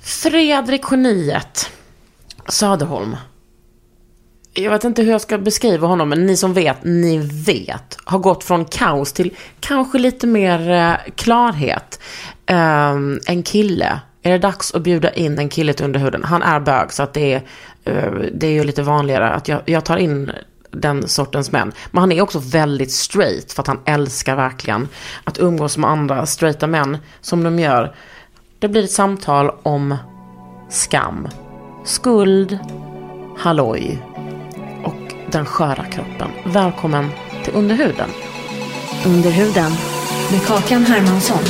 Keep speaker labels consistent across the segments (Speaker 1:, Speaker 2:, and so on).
Speaker 1: Fredrik Geniet Söderholm. Jag vet inte hur jag ska beskriva honom, men ni som vet, ni vet. Har gått från kaos till kanske lite mer eh, klarhet. Ehm, en kille. Är det dags att bjuda in en kille till underhuden? Han är bög, så att det, är, eh, det är ju lite vanligare att jag, jag tar in den sortens män. Men han är också väldigt straight, för att han älskar verkligen att umgås med andra straighta män, som de gör. Det blir ett samtal om skam, skuld, halloj och den sköra kroppen. Välkommen till Underhuden.
Speaker 2: Under huden med Kakan Hermansson.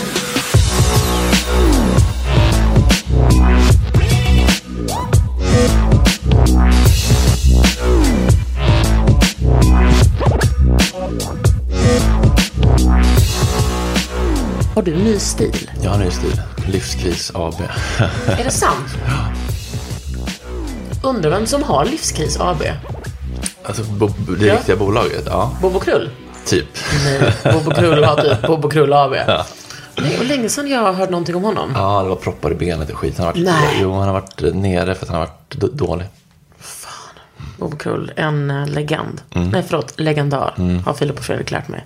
Speaker 1: Har du ny stil?
Speaker 3: Jag har en ny stil. Livskris AB.
Speaker 1: Är det sant? Undrar vem som har Livskris AB?
Speaker 3: Alltså bo- det riktiga bolaget, ja.
Speaker 1: Bobo Krull?
Speaker 3: Typ.
Speaker 1: Nej, Bobo Krull har typ Bobo Krull AB. Nej, och länge sedan jag har hört någonting om honom.
Speaker 3: Ja, det var proppar i benet och skit. Han har varit,
Speaker 1: Nej.
Speaker 3: Jo, han har varit nere för att han har varit d- dålig.
Speaker 1: Bobo Krull, en eh, legend. Nej, förlåt, legendar. Har Filip och Fredrik lärt mig.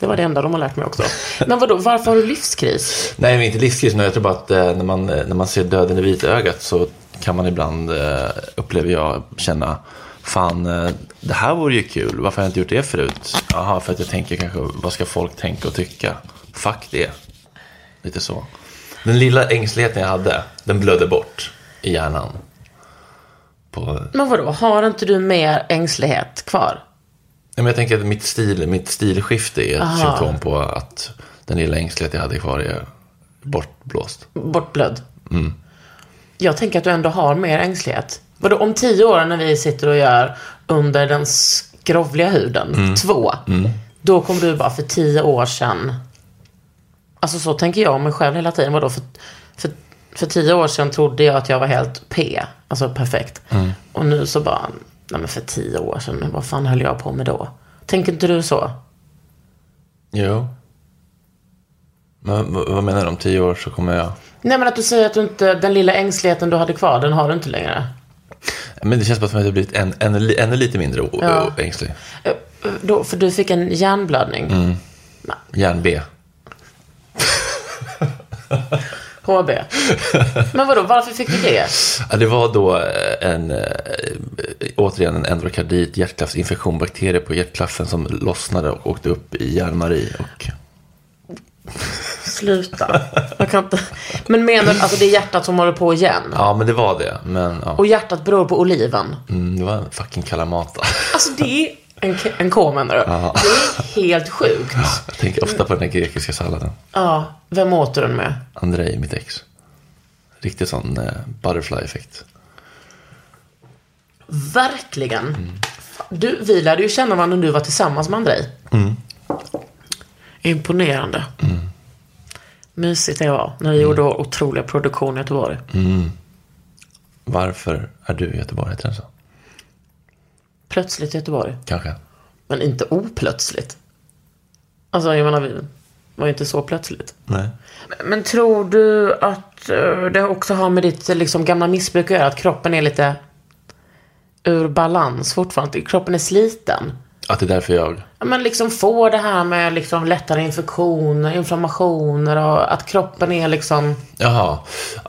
Speaker 1: Det var det enda de har lärt mig också. Men vadå, varför har du livskris?
Speaker 3: Nej, men inte livskris nu. Jag tror bara att eh, när man, eh, när man ser döden i vitögat så kan man ibland, eh, upplever jag, känna Fan, eh, det här vore ju kul. Varför har jag inte gjort det förut? Jaha, för att jag tänker kanske, vad ska folk tänka och tycka? Fuck det. Lite så. Den lilla ängsligheten jag hade, den blödde bort i hjärnan. På
Speaker 1: Men vadå, har inte du mer ängslighet kvar?
Speaker 3: Nej, men jag tänker att mitt, stil, mitt stilskifte är ett symptom på att den lilla ängslighet jag hade kvar är bortblåst.
Speaker 1: Bortblödd? Jag tänker att du ändå har mer ängslighet. Vadå, om tio år när vi sitter och gör Under den skrovliga huden, två. Då kommer du bara, för tio år sedan. Alltså så tänker jag om mig själv hela tiden. Vadå, för, för, för tio år sedan trodde jag att jag var helt P. Alltså perfekt. Och nu så bara, nej men för tio år sedan, vad fan höll jag på med då? Tänker inte du så?
Speaker 3: Jo. Men v- vad menar du? Om tio år så kommer jag...
Speaker 1: Nej men att du säger att du inte, den lilla ängsligheten du hade kvar, den har du inte längre.
Speaker 3: Men det känns bara som att jag blivit än, ännu, li- ännu lite mindre o-
Speaker 1: Ja.
Speaker 3: o- ängslig.
Speaker 1: Eh, eh, Då, för du fick en hjärnblödning.
Speaker 3: Järn-B.
Speaker 1: HB. Men vadå, varför fick du det?
Speaker 3: Ja, det var då eh, en, eh, återigen en endokardit, hjärtklaffsinfektion, bakterier på hjärtklaffen som lossnade och åkte upp i hjärnmari. Och...
Speaker 1: Sluta. Jag kan inte. Men menar du, alltså det är hjärtat som håller på igen?
Speaker 3: Ja, men det var det. Men ja.
Speaker 1: Och hjärtat beror på oliven?
Speaker 3: mm, det var en fucking kalamata.
Speaker 1: Alltså det är en, k- en K menar du? Det är helt sjukt.
Speaker 3: Jag tänker ofta på den här grekiska salladen.
Speaker 1: Ja, vem åt du den med?
Speaker 3: Andrei, mitt ex. Riktigt sån eh, butterfly-effekt.
Speaker 1: Verkligen. Du, vi lärde ju känna varandra när du var tillsammans med Andrei. Imponerande. Mysigt det var när vi gjorde vår otroliga produktion i Göteborg.
Speaker 3: Varför är du i Göteborg? Heter den så?
Speaker 1: Plötsligt i Göteborg.
Speaker 3: Kanske.
Speaker 1: Men inte oplötsligt. Alltså jag menar, vi var ju inte så plötsligt.
Speaker 3: Nej.
Speaker 1: Men tror du att eh, det också har med ditt eh, liksom, gamla missbruk att göra? Att kroppen är lite ur balans fortfarande? Kroppen är sliten?
Speaker 3: Att det är därför jag...
Speaker 1: Ja, men liksom få det här med liksom lättare infektioner, inflammationer och att kroppen är liksom...
Speaker 3: Jaha.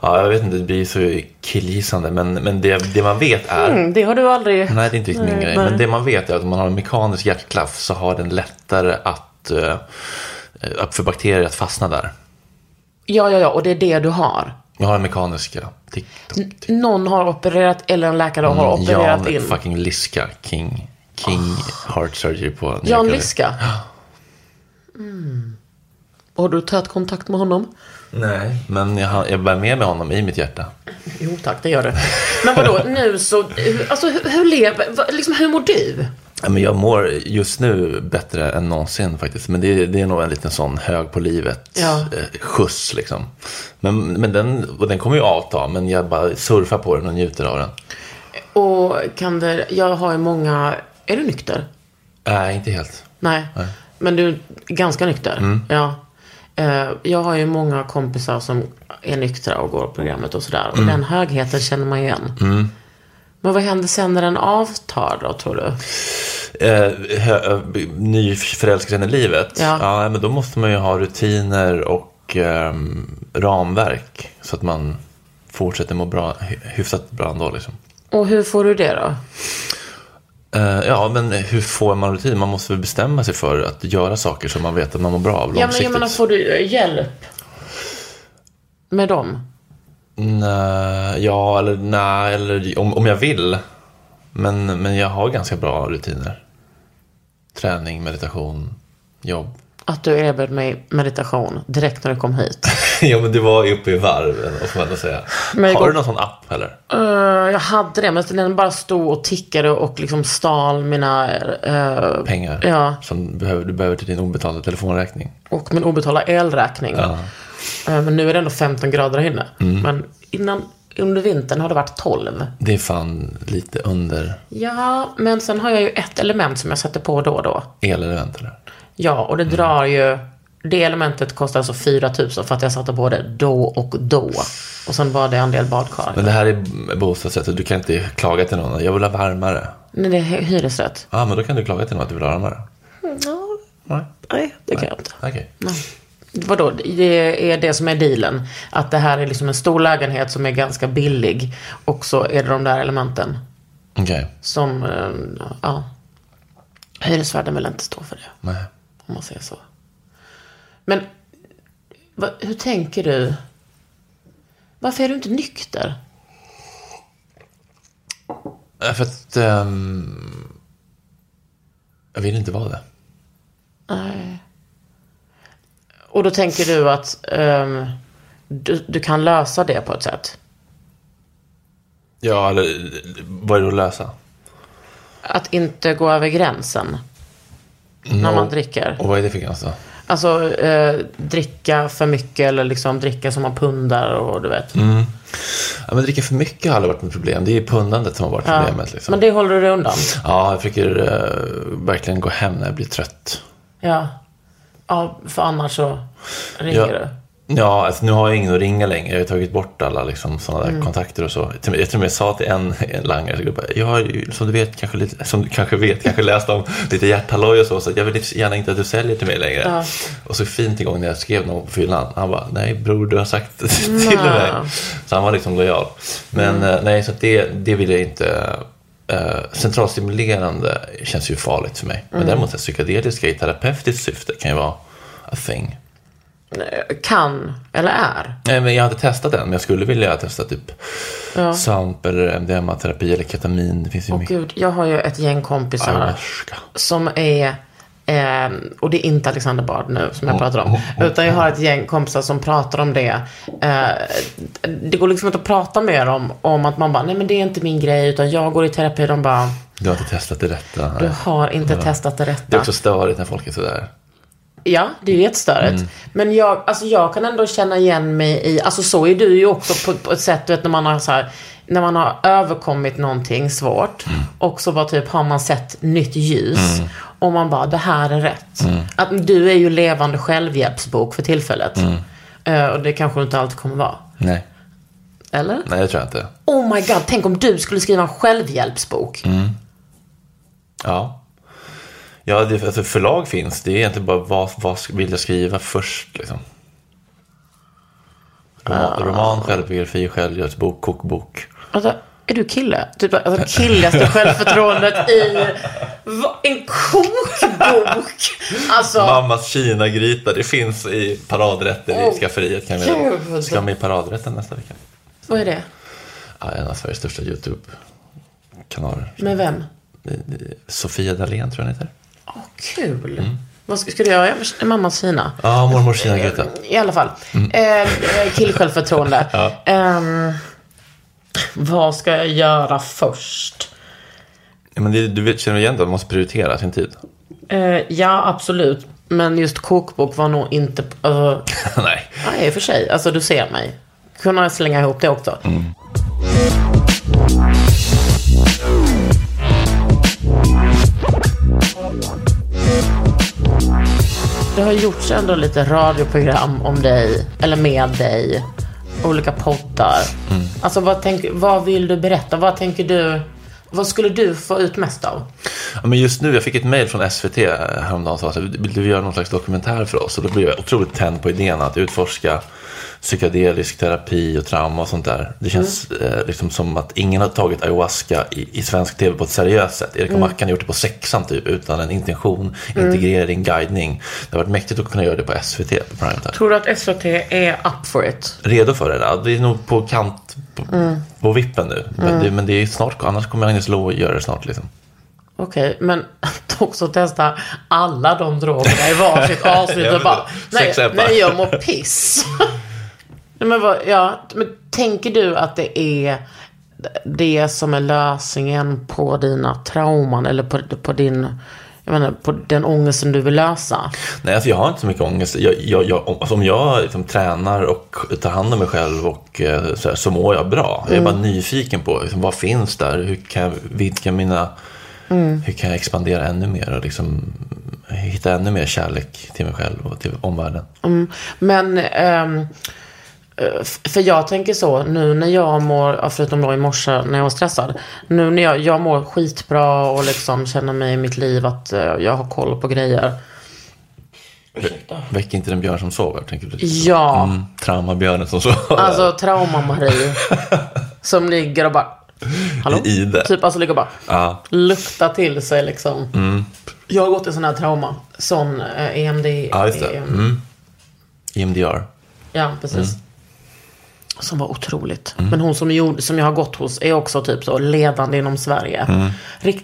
Speaker 3: Ja, jag vet inte, det blir så killgissande. Men, men det, det man vet är...
Speaker 1: Mm, det har du aldrig...
Speaker 3: Nej, det är inte riktigt min
Speaker 1: Nej,
Speaker 3: grej.
Speaker 1: nej.
Speaker 3: Men det man vet är att om man har en mekanisk hjärtklaff så har den lättare att... eh, eh, för bakterier att fastna där.
Speaker 1: Ja, ja, ja, och det är det du har.
Speaker 3: Jag har en mekanisk, ja. Tick, tock, tick. Mm,
Speaker 1: Någon har opererat, eller en läkare har opererat
Speaker 3: Jan
Speaker 1: in. Ah.
Speaker 3: fucking Liska, King, King Heart Surgery på Nya
Speaker 1: Jan
Speaker 3: Karolinska.
Speaker 1: Liska? Mm. Har du tagit kontakt med honom?
Speaker 3: Nej, men jag, har- jag bär med mig honom i mitt hjärta.
Speaker 1: Jo tack, det gör du. Men vadå, nu så... Alltså hur, hur lever... vad- Liksom hur mår du?
Speaker 3: Ja, Men jag mår just nu bättre än någonsin faktiskt. Men det, det är nog en liten sån hög på livet
Speaker 1: Ja.
Speaker 3: eh, skjuts liksom. Men, men den, och den kommer ju avta, men jag bara surfar på den och njuter av den.
Speaker 1: Och kan det... Jag har ju många... Är du nykter?
Speaker 3: Nej, inte helt.
Speaker 1: Nej. Men du är ganska nykter? Ja. Eh, Jag har ju många kompisar som är nyktra och går programmet och sådär. Och den högheten känner man ju igen. Men vad händer sen när den avtar då, tror du?
Speaker 3: Eh, hö, ny förälskelse i livet.
Speaker 1: Ja.
Speaker 3: men då måste man ju ha rutiner och ehm, ramverk. Så att man fortsätter må bra, hy- hyfsat bra ändå liksom.
Speaker 1: Och hur får du det då?
Speaker 3: Eh, ja, men hur får man rutin? Man måste väl bestämma sig för att göra saker som man vet att man mår bra av
Speaker 1: Ja, men
Speaker 3: långsiktigt.
Speaker 1: jag menar, får du eh, hjälp? Med dem?
Speaker 3: Nej, ja, eller nej, eller om, om jag vill. Men, men jag har ganska bra rutiner. Träning, meditation, jobb.
Speaker 1: Att du erbjöd mig meditation direkt när du kom hit.
Speaker 3: ja, men det var ju uppe i varv, vad får man ändå säga.
Speaker 1: Men det
Speaker 3: har
Speaker 1: går-
Speaker 3: du någon sån app eller?
Speaker 1: Eh, jag hade det, men den bara stod och tickade och liksom stal mina... eh,
Speaker 3: Pengar
Speaker 1: Ja.
Speaker 3: som du behöver, du behöver till din obetalda telefonräkning.
Speaker 1: och min obetalda elräkning. Eh, men nu är det ändå 15 grader här inne. Men innan, under vintern har det varit 12.
Speaker 3: Det är fan lite under
Speaker 1: Ja, men sen har jag ju ett element som jag sätter på då och då.
Speaker 3: elelement eller?
Speaker 1: Ja, och det drar ju... Det elementet kostar alltså 4 000 för att jag satte på det då och då. Och sen var det en del badkar.
Speaker 3: Men det här är bostadsrätt och du kan inte klaga till någon. Jag vill ha varmare.
Speaker 1: Nej, det är hy- hyresrätt.
Speaker 3: Ja, ah, men då kan du klaga till någon att du vill ha varmare.
Speaker 1: Mm, Ja,
Speaker 3: Nej,
Speaker 1: nej, det kan jag inte.
Speaker 3: okej.
Speaker 1: Vadå, det är det som är dealen? Att det här är liksom en stor lägenhet som är ganska billig. Och så är det de där elementen
Speaker 3: Okej.
Speaker 1: som, eh, ja. Hyresvärden vill inte stå för det,
Speaker 3: Nej.
Speaker 1: om man säger så. Men, va, hur tänker du? Varför är du inte nykter?
Speaker 3: Eh, För att... ehm, jag vill inte vara det.
Speaker 1: Nej. Och då tänker du att ehm, du, du kan lösa det på ett sätt?
Speaker 3: Ja, eller vad är det att lösa?
Speaker 1: Att inte gå över gränsen när man dricker?
Speaker 3: Och vad är det för gräns då?
Speaker 1: Alltså eh, dricka för mycket eller liksom dricka som man pundar och du vet.
Speaker 3: Ja, men dricka för mycket har aldrig varit mitt problem. Det är ju pundandet som har varit problemet. Liksom.
Speaker 1: Men det håller du dig undan?
Speaker 3: Ja, jag försöker eh, verkligen gå hem när jag blir trött.
Speaker 1: Ja. Ja, för annars så ringer
Speaker 3: Ja.
Speaker 1: du.
Speaker 3: Ja, alltså nu har jag ingen att ringa längre. Jag har ju tagit bort alla liksom, sådana där
Speaker 1: Mm.
Speaker 3: kontakter och så. Jag tror jag till och med sa till en, en langare, så jag bara, jag har ju, som du vet, kanske, lite, som du kanske vet, kanske läst om lite hjärthalloj och så, så att jag vill liksom gärna inte att du säljer till mig längre. Och så fint en gång när jag skrev någon på fyllan, han bara, nej bror, du har sagt det till mig. Så han var liksom lojal. Men
Speaker 1: Mm.
Speaker 3: eh, nej, så att det, det vill jag inte. Eh, centralstimulerande känns ju farligt för mig.
Speaker 1: Mm.
Speaker 3: Men däremot så här psykedeliska i terapeutiskt syfte kan ju vara a thing.
Speaker 1: Kan eller är.
Speaker 3: Nej, men jag har inte testat den, men jag skulle vilja testa typ svamp eller MDMA-terapi eller ketamin. Det finns ju mycket.
Speaker 1: Gud, jag har ju ett gäng kompisar
Speaker 3: Ayahuasca.
Speaker 1: som är Eh, och det är inte Alexander Bard nu som jag pratar om. Utan jag har ett gäng kompisar som pratar om det. Eh, det går liksom inte att prata med dem om att man bara, nej men det är inte min grej utan jag går i terapi. De bara,
Speaker 3: Du har inte testat det rätta.
Speaker 1: Du
Speaker 3: Nej.
Speaker 1: har inte testat det rätta.
Speaker 3: Det är också störigt när folk är sådär.
Speaker 1: Ja, det är ju jättestörigt. Men jag, alltså jag kan ändå känna igen mig i, alltså så är du ju också på, på ett sätt, du vet när man har så här, när man har överkommit någonting svårt och så bara typ har man sett nytt ljus och man bara, det här är rätt. Att du är ju levande självhjälpsbok för tillfället. Eh, och det kanske du inte alltid kommer vara.
Speaker 3: Nej.
Speaker 1: Eller?
Speaker 3: Nej, det tror jag inte.
Speaker 1: Oh my god, tänk om du skulle skriva en självhjälpsbok.
Speaker 3: Ja. Ja, det, alltså förlag finns. Det är egentligen bara vad, vad vill jag skriva först liksom. Roman,
Speaker 1: Ah.
Speaker 3: roman självbiografi, självhjälpsbok, kokbok.
Speaker 1: Alltså, är du kille? Typ, alltså killigaste självförtroendet i va, en kokbok. Alltså,
Speaker 3: Mammas kinagryta, det finns i paradrätter i
Speaker 1: Åh,
Speaker 3: skafferiet. Kan vi,
Speaker 1: Oh, gud.
Speaker 3: ska med i paradrätten nästa vecka.
Speaker 1: vad är det?
Speaker 3: Ja, en av Sveriges största YouTube-kanaler.
Speaker 1: Med vem?
Speaker 3: Sofia Dalén tror jag hon heter.
Speaker 1: Åh, kul. Vad ska, ska du göra? Mammas Kina.
Speaker 3: Ja, mormors kinagryta.
Speaker 1: I alla fall. Eh, killsjälvförtroende. Ehm, vad ska jag göra först?
Speaker 3: Ja, men det, du vet, känner igen det, man måste prioritera sin tid.
Speaker 1: Eh, ja, absolut. Men just kokbok var nog inte... Uh,
Speaker 3: Nej.
Speaker 1: nej, i och för sig. Alltså, du ser mig. Kunna slänga ihop det också. Det har gjorts ändå lite radioprogram om dig, eller med dig. Olika poddar. Alltså, vad, tänk, vad vill du berätta? Vad tänker du... Vad skulle du få ut mest av?
Speaker 3: Ja, men just nu, jag fick ett mejl från SVT eh, häromdagen som sa att vill du göra någon slags dokumentär för oss? Och då blev jag otroligt tänd på idén att utforska psykedelisk terapi och trauma och sånt där. Det känns eh, liksom som att ingen har tagit ayahuasca i, i svensk tv på ett seriöst sätt. Erik och Mackan har gjort det på sexan typ, utan en intention, integrering, guidning. Det har varit mäktigt att kunna göra det på SVT, på primetime.
Speaker 1: Tror du att SVT är up for it?
Speaker 3: redo för det där. Det är nog på kant, på, på vippen nu. Men, det, men det är snart, annars kommer Agnes Lo göra det snart. Liksom.
Speaker 1: Okej, men att också testa alla de drogerna i varsitt avsnitt
Speaker 3: Ja,
Speaker 1: och bara,
Speaker 3: precis.
Speaker 1: nej,
Speaker 3: Sex appar.
Speaker 1: nej jag mår piss. nej, men vad, ja, men tänker du att det är det som är lösningen på dina trauman eller på, på din, jag menar, på den ångesten du vill lösa?
Speaker 3: Nej, alltså jag har inte så mycket ångest. Jag, jag, jag, om- alltså om jag liksom tränar och tar hand om mig själv och eh, så, här, så mår jag bra.
Speaker 1: Mm.
Speaker 3: Jag är bara nyfiken på liksom, vad finns där? Hur kan jag vidga mina...
Speaker 1: Mm.
Speaker 3: Hur kan jag expandera ännu mer och liksom, hitta ännu mer kärlek till mig själv och till omvärlden?
Speaker 1: Mm, men, ehm, eh, f- för jag tänker så, nu när jag mår, ja, förutom då i morse när jag var stressad, nu när jag, jag mår skitbra och liksom känner mig i mitt liv att eh, jag har koll på grejer.
Speaker 3: Väck inte den björn som sover, tänker du?
Speaker 1: Ja,
Speaker 3: Mm, Traumabjörnen som sover.
Speaker 1: alltså trauma-Marie. som ligger och bara, hallå?
Speaker 3: I- i det.
Speaker 1: Typ alltså ligger och bara,
Speaker 3: Ja. Mm.
Speaker 1: luktar till sig liksom. Jag har gått i sån här trauma, sån eh, EMD.
Speaker 3: Ja, just det.
Speaker 1: EM.
Speaker 3: Mm. EMDR.
Speaker 1: Ja, precis. Mm. Som var otroligt. Men hon som, gjorde, som jag har gått hos är också typ så ledande inom Sverige. Mm.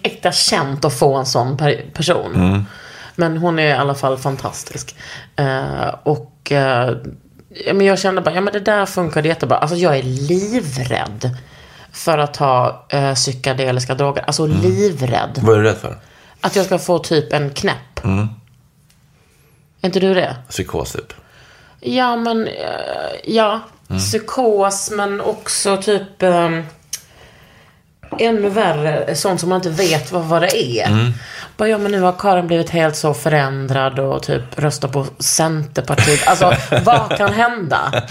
Speaker 1: Äkta känt att få en sån per, person. Men hon är i alla fall fantastisk. Eh, och eh, ja, men jag kände bara, ja men det där funkade jättebra. Alltså jag är livrädd för att ta eh, psykedeliska droger. Alltså livrädd.
Speaker 3: Vad är du rädd för?
Speaker 1: Att jag ska få typ en knäpp. Är inte du det?
Speaker 3: Psykos, typ.
Speaker 1: Ja, men eh, ja. Psykos, men också typ eh, ännu värre, sånt som man inte vet vad, vad det är. Bara, ja, men nu har Karin blivit helt så förändrad och typ röstar på Centerpartiet. Alltså, vad kan hända?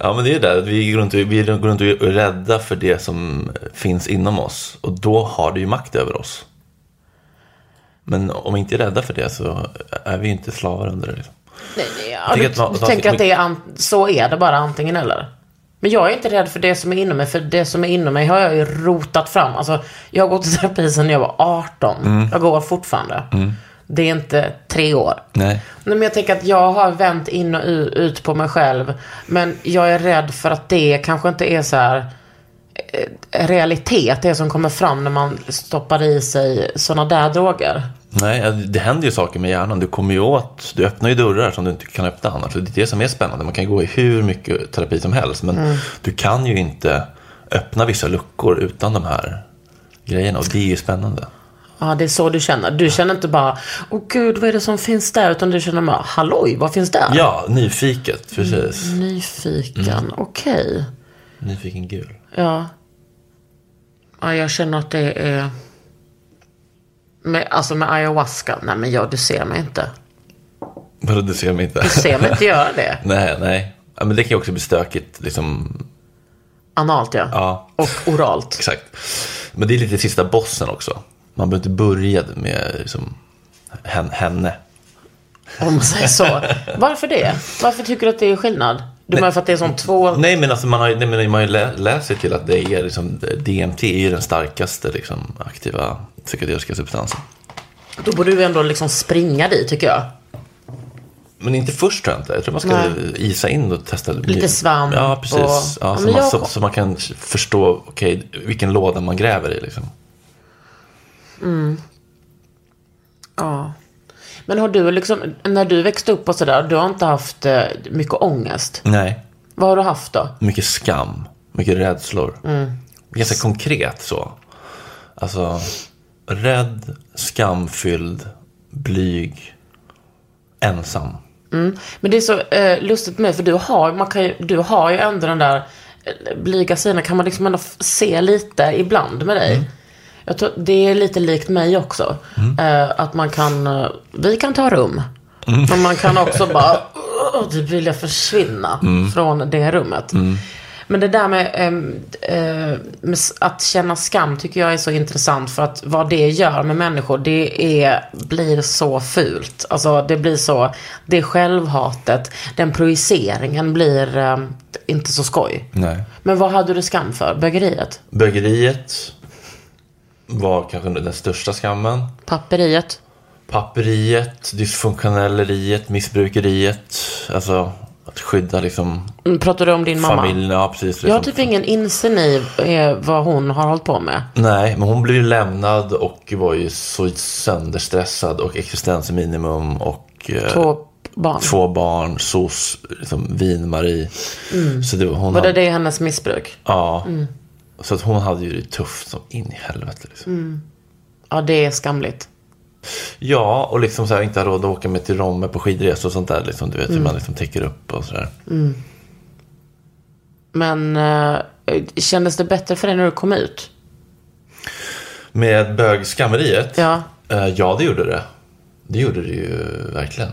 Speaker 3: Ja, men det är det där. Vi går runt, och- vi går runt och är rädda för det som finns inom oss. Och då har det ju makt över oss. Men om vi inte är rädda för det så är vi inte slavar under det. Liksom.
Speaker 1: Nej, nej, Ja,
Speaker 3: tänker
Speaker 1: du
Speaker 3: att man-
Speaker 1: du
Speaker 3: man-
Speaker 1: tänker att det är an, så är det bara antingen eller? Men jag är inte rädd för det som är inom mig, för det som är inom mig har jag ju rotat fram. Alltså, jag har gått i terapi sedan jag var 18. Jag går fortfarande. Det är inte tre år.
Speaker 3: Nej.
Speaker 1: Nej, men jag tänker att jag har vänt in och u- ut på mig själv. Men jag är rädd för att det kanske inte är så här eh, realitet, det som kommer fram när man stoppar i sig sådana där droger.
Speaker 3: Nej, det händer ju saker med hjärnan. Du kommer ju åt, du öppnar ju dörrar som du inte kan öppna annars. Och Det är det som är spännande. Man kan gå i hur mycket terapi som helst. Men
Speaker 1: Mm.
Speaker 3: du kan ju inte öppna vissa luckor utan de här grejerna. Och det är ju spännande.
Speaker 1: Ja, det är så du känner. Du känner inte bara, åh gud, vad är det som finns där? Utan du känner bara, halloj, vad finns där?
Speaker 3: Ja, Mm. nyfiket. Precis.
Speaker 1: Nyfiken, okej.
Speaker 3: Nyfiken gul.
Speaker 1: Ja. ja. Jag känner att det är... Med, alltså med ayahuasca, nej men jag, du ser mig inte.
Speaker 3: Vadå, du ser mig inte?
Speaker 1: Du ser mig inte göra det.
Speaker 3: Nej, nej. Ja, men det kan ju också bli stökigt. Liksom.
Speaker 1: Analt ja.
Speaker 3: Ja.
Speaker 1: Och oralt.
Speaker 3: Exakt. Men det är lite sista bossen också. Man behöver inte börja med liksom, hen- henne.
Speaker 1: Om man säger så. Varför det? Varför tycker du att det är skillnad? Du menar för att det är som två...
Speaker 3: Nej men alltså man har ju, nej, men man har ju lä- läst sig till att det är liksom, DMT är ju den starkaste liksom, aktiva psykedeliska substansen.
Speaker 1: Då borde du ändå liksom springa dit, tycker jag.
Speaker 3: Men inte först tror jag inte. Jag tror man ska
Speaker 1: Nej.
Speaker 3: isa in och testa.
Speaker 1: Lite svamp
Speaker 3: Ja, precis.
Speaker 1: och-
Speaker 3: Ja,
Speaker 1: Ja,
Speaker 3: så,
Speaker 1: men
Speaker 3: man,
Speaker 1: jag-
Speaker 3: så, så man kan förstå okej, vilken låda man gräver i. Liksom.
Speaker 1: Ja. Men har du liksom, när du växte upp och sådär, du har inte haft eh, mycket ångest?
Speaker 3: Nej,
Speaker 1: Vad har du haft då?
Speaker 3: mycket skam, mycket rädslor.
Speaker 1: Mm.
Speaker 3: Ganska konkret så. Alltså, rädd, skamfylld, blyg, ensam.
Speaker 1: Men det är så eh, lustigt med, för du har, man kan ju, du har ju ändå den där eh, blyga sidan, kan man liksom ändå f- se lite ibland med dig. Jag tror, det är lite likt mig också. Eh, att man kan, eh, vi kan ta rum. Men man kan också bara, "Åh, typ vilja försvinna från det rummet. Men det där med, ehm, eh, med s- att känna skam tycker jag är så intressant för att vad det gör med människor det är, blir så fult. Alltså det blir så, det självhatet, den projiceringen blir ehm, inte så skoj.
Speaker 3: Nej.
Speaker 1: Men vad hade du skam för? Bögeriet?
Speaker 3: Bögeriet var kanske den största skammen.
Speaker 1: Papperiet?
Speaker 3: Papperiet, dysfunktionelleriet, missbrukeriet. Alltså att skydda liksom
Speaker 1: Mm, Pratar du om din mamma?
Speaker 3: familjen. Ja, precis. Liksom.
Speaker 1: Jag har typ ingen insyn i eh, vad hon har hållit på med.
Speaker 3: Nej, men hon blev ju lämnad och var ju så sönderstressad och existensminimum och eh,
Speaker 1: Två barn.
Speaker 3: två barn, SOS, liksom vin-Marie. Så det var hon.
Speaker 1: Mm. Var det Mm.
Speaker 3: hade-
Speaker 1: det hennes missbruk?
Speaker 3: Ja. Så att hon hade ju det tufft som in i helvete. Liksom.
Speaker 1: Mm. Ja, det är skamligt.
Speaker 3: Ja, och liksom så här, inte ha råd att åka med till Romme på skidresor och sånt där. Liksom, du vet
Speaker 1: Mm.
Speaker 3: hur man liksom täcker upp och sådär.
Speaker 1: Men eh, kändes det bättre för dig när du kom ut?
Speaker 3: Med bögskammeriet?
Speaker 1: Ja.
Speaker 3: Eh, ja, det gjorde det. Det gjorde det ju verkligen.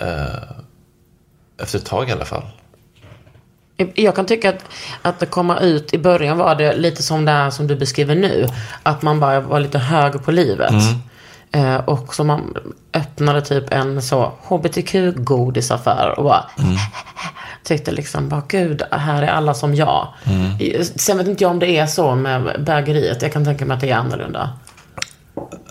Speaker 3: Eh, efter ett tag i alla fall.
Speaker 1: Jag kan tycka att, att det komma ut i början var det lite som det här som du beskriver nu. Att man bara var lite hög på livet.
Speaker 3: Mm.
Speaker 1: Eh, och så man öppnade typ en så hbtq-godisaffär och bara
Speaker 3: Mm.
Speaker 1: tyckte liksom bara gud, här är alla som jag.
Speaker 3: Mm.
Speaker 1: Eh, Sen vet inte jag om det är så med bögeriet. Jag kan tänka mig att det är annorlunda.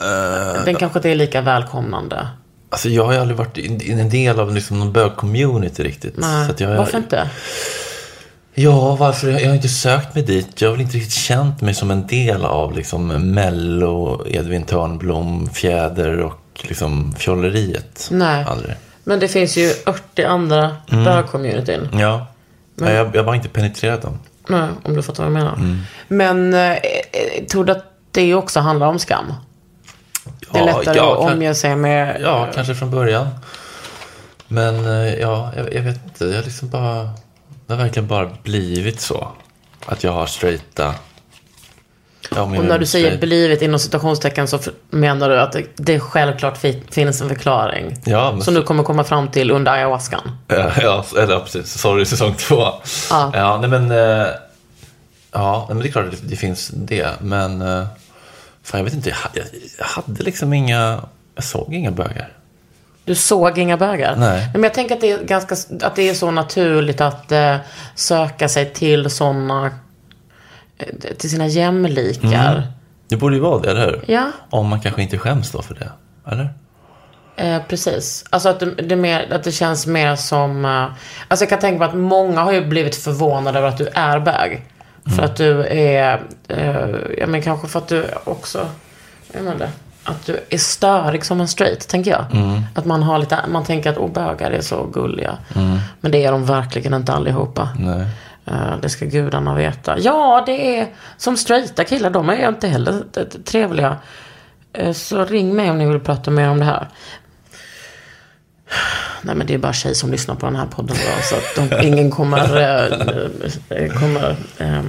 Speaker 3: Eh,
Speaker 1: Den kanske inte är lika välkomnande.
Speaker 3: Alltså, jag har ju aldrig varit in- in en del av liksom någon bög-community riktigt.
Speaker 1: Nej,
Speaker 3: Så att jag,
Speaker 1: Varför inte?
Speaker 3: Ja, varför? Jag har inte sökt mig dit. Jag har väl inte riktigt känt mig som en del av liksom Mello, Edvin Törnblom, Fjäder och liksom fjolleriet.
Speaker 1: Nej.
Speaker 3: Aldrig.
Speaker 1: Men det finns ju 80 andra
Speaker 3: Mm.
Speaker 1: bög-communityn.
Speaker 3: Ja. Nej, jag, jag har bara inte penetrerat dem.
Speaker 1: Nej, om du fattar vad jag menar.
Speaker 3: Mm.
Speaker 1: Men eh, eh, tror du att det också handlar om skam? Det är lättare
Speaker 3: ja,
Speaker 1: att
Speaker 3: kan-
Speaker 1: omge sig med...
Speaker 3: Ja, kanske från början. Men eh, ja, jag, jag vet inte. Jag har liksom bara, det har verkligen bara blivit så. Att jag har straighta... Ja, om jag
Speaker 1: Och
Speaker 3: nu
Speaker 1: när du säger
Speaker 3: straight-
Speaker 1: blivit inom citationstecken så för- menar du att det, det självklart fi- finns en förklaring.
Speaker 3: Ja, alltså. men-
Speaker 1: Som du kommer komma fram till under ayahuascan.
Speaker 3: Eh, Ja, eller ja, precis. Sorry, säsong två.
Speaker 1: Ja.
Speaker 3: ja nej men... eh, Ja, nej, men det är klart att det, det finns det. Men... eh, Fan, jag vet inte. Jag, ha- jag, jag hade liksom inga... Jag såg inga bögar.
Speaker 1: Du såg inga bögar?
Speaker 3: Nej.
Speaker 1: Men jag tänker att det är, ganska, att det är så naturligt att eh, söka sig till sådana... eh, Till sina jämlikar.
Speaker 3: Det borde ju vara det, eller hur?
Speaker 1: Mm. Ja.
Speaker 3: Om man kanske inte skäms då för det. Eller?
Speaker 1: Eh, precis. Alltså att det, det är mer, att det känns mer som... Eh, alltså jag kan tänka mig att många har ju blivit förvånade över att du är bög. För att du är... Eh, ja men kanske för att du också... Jag menar det. Att du är störig som en straight, tänker jag. Att man har lite... Man tänker att åh, bögar är så gulliga. Men det är de verkligen inte allihopa.
Speaker 3: Nej.
Speaker 1: Eh, Det ska gudarna veta. Ja, det är som straighta killar, de är ju inte heller t- t- trevliga. Eh, Så ring mig om ni vill prata mer om det här. Nej men det är bara tjejer som lyssnar på den här podden då, så att de, ingen kommer... eh, eh, kommer eh,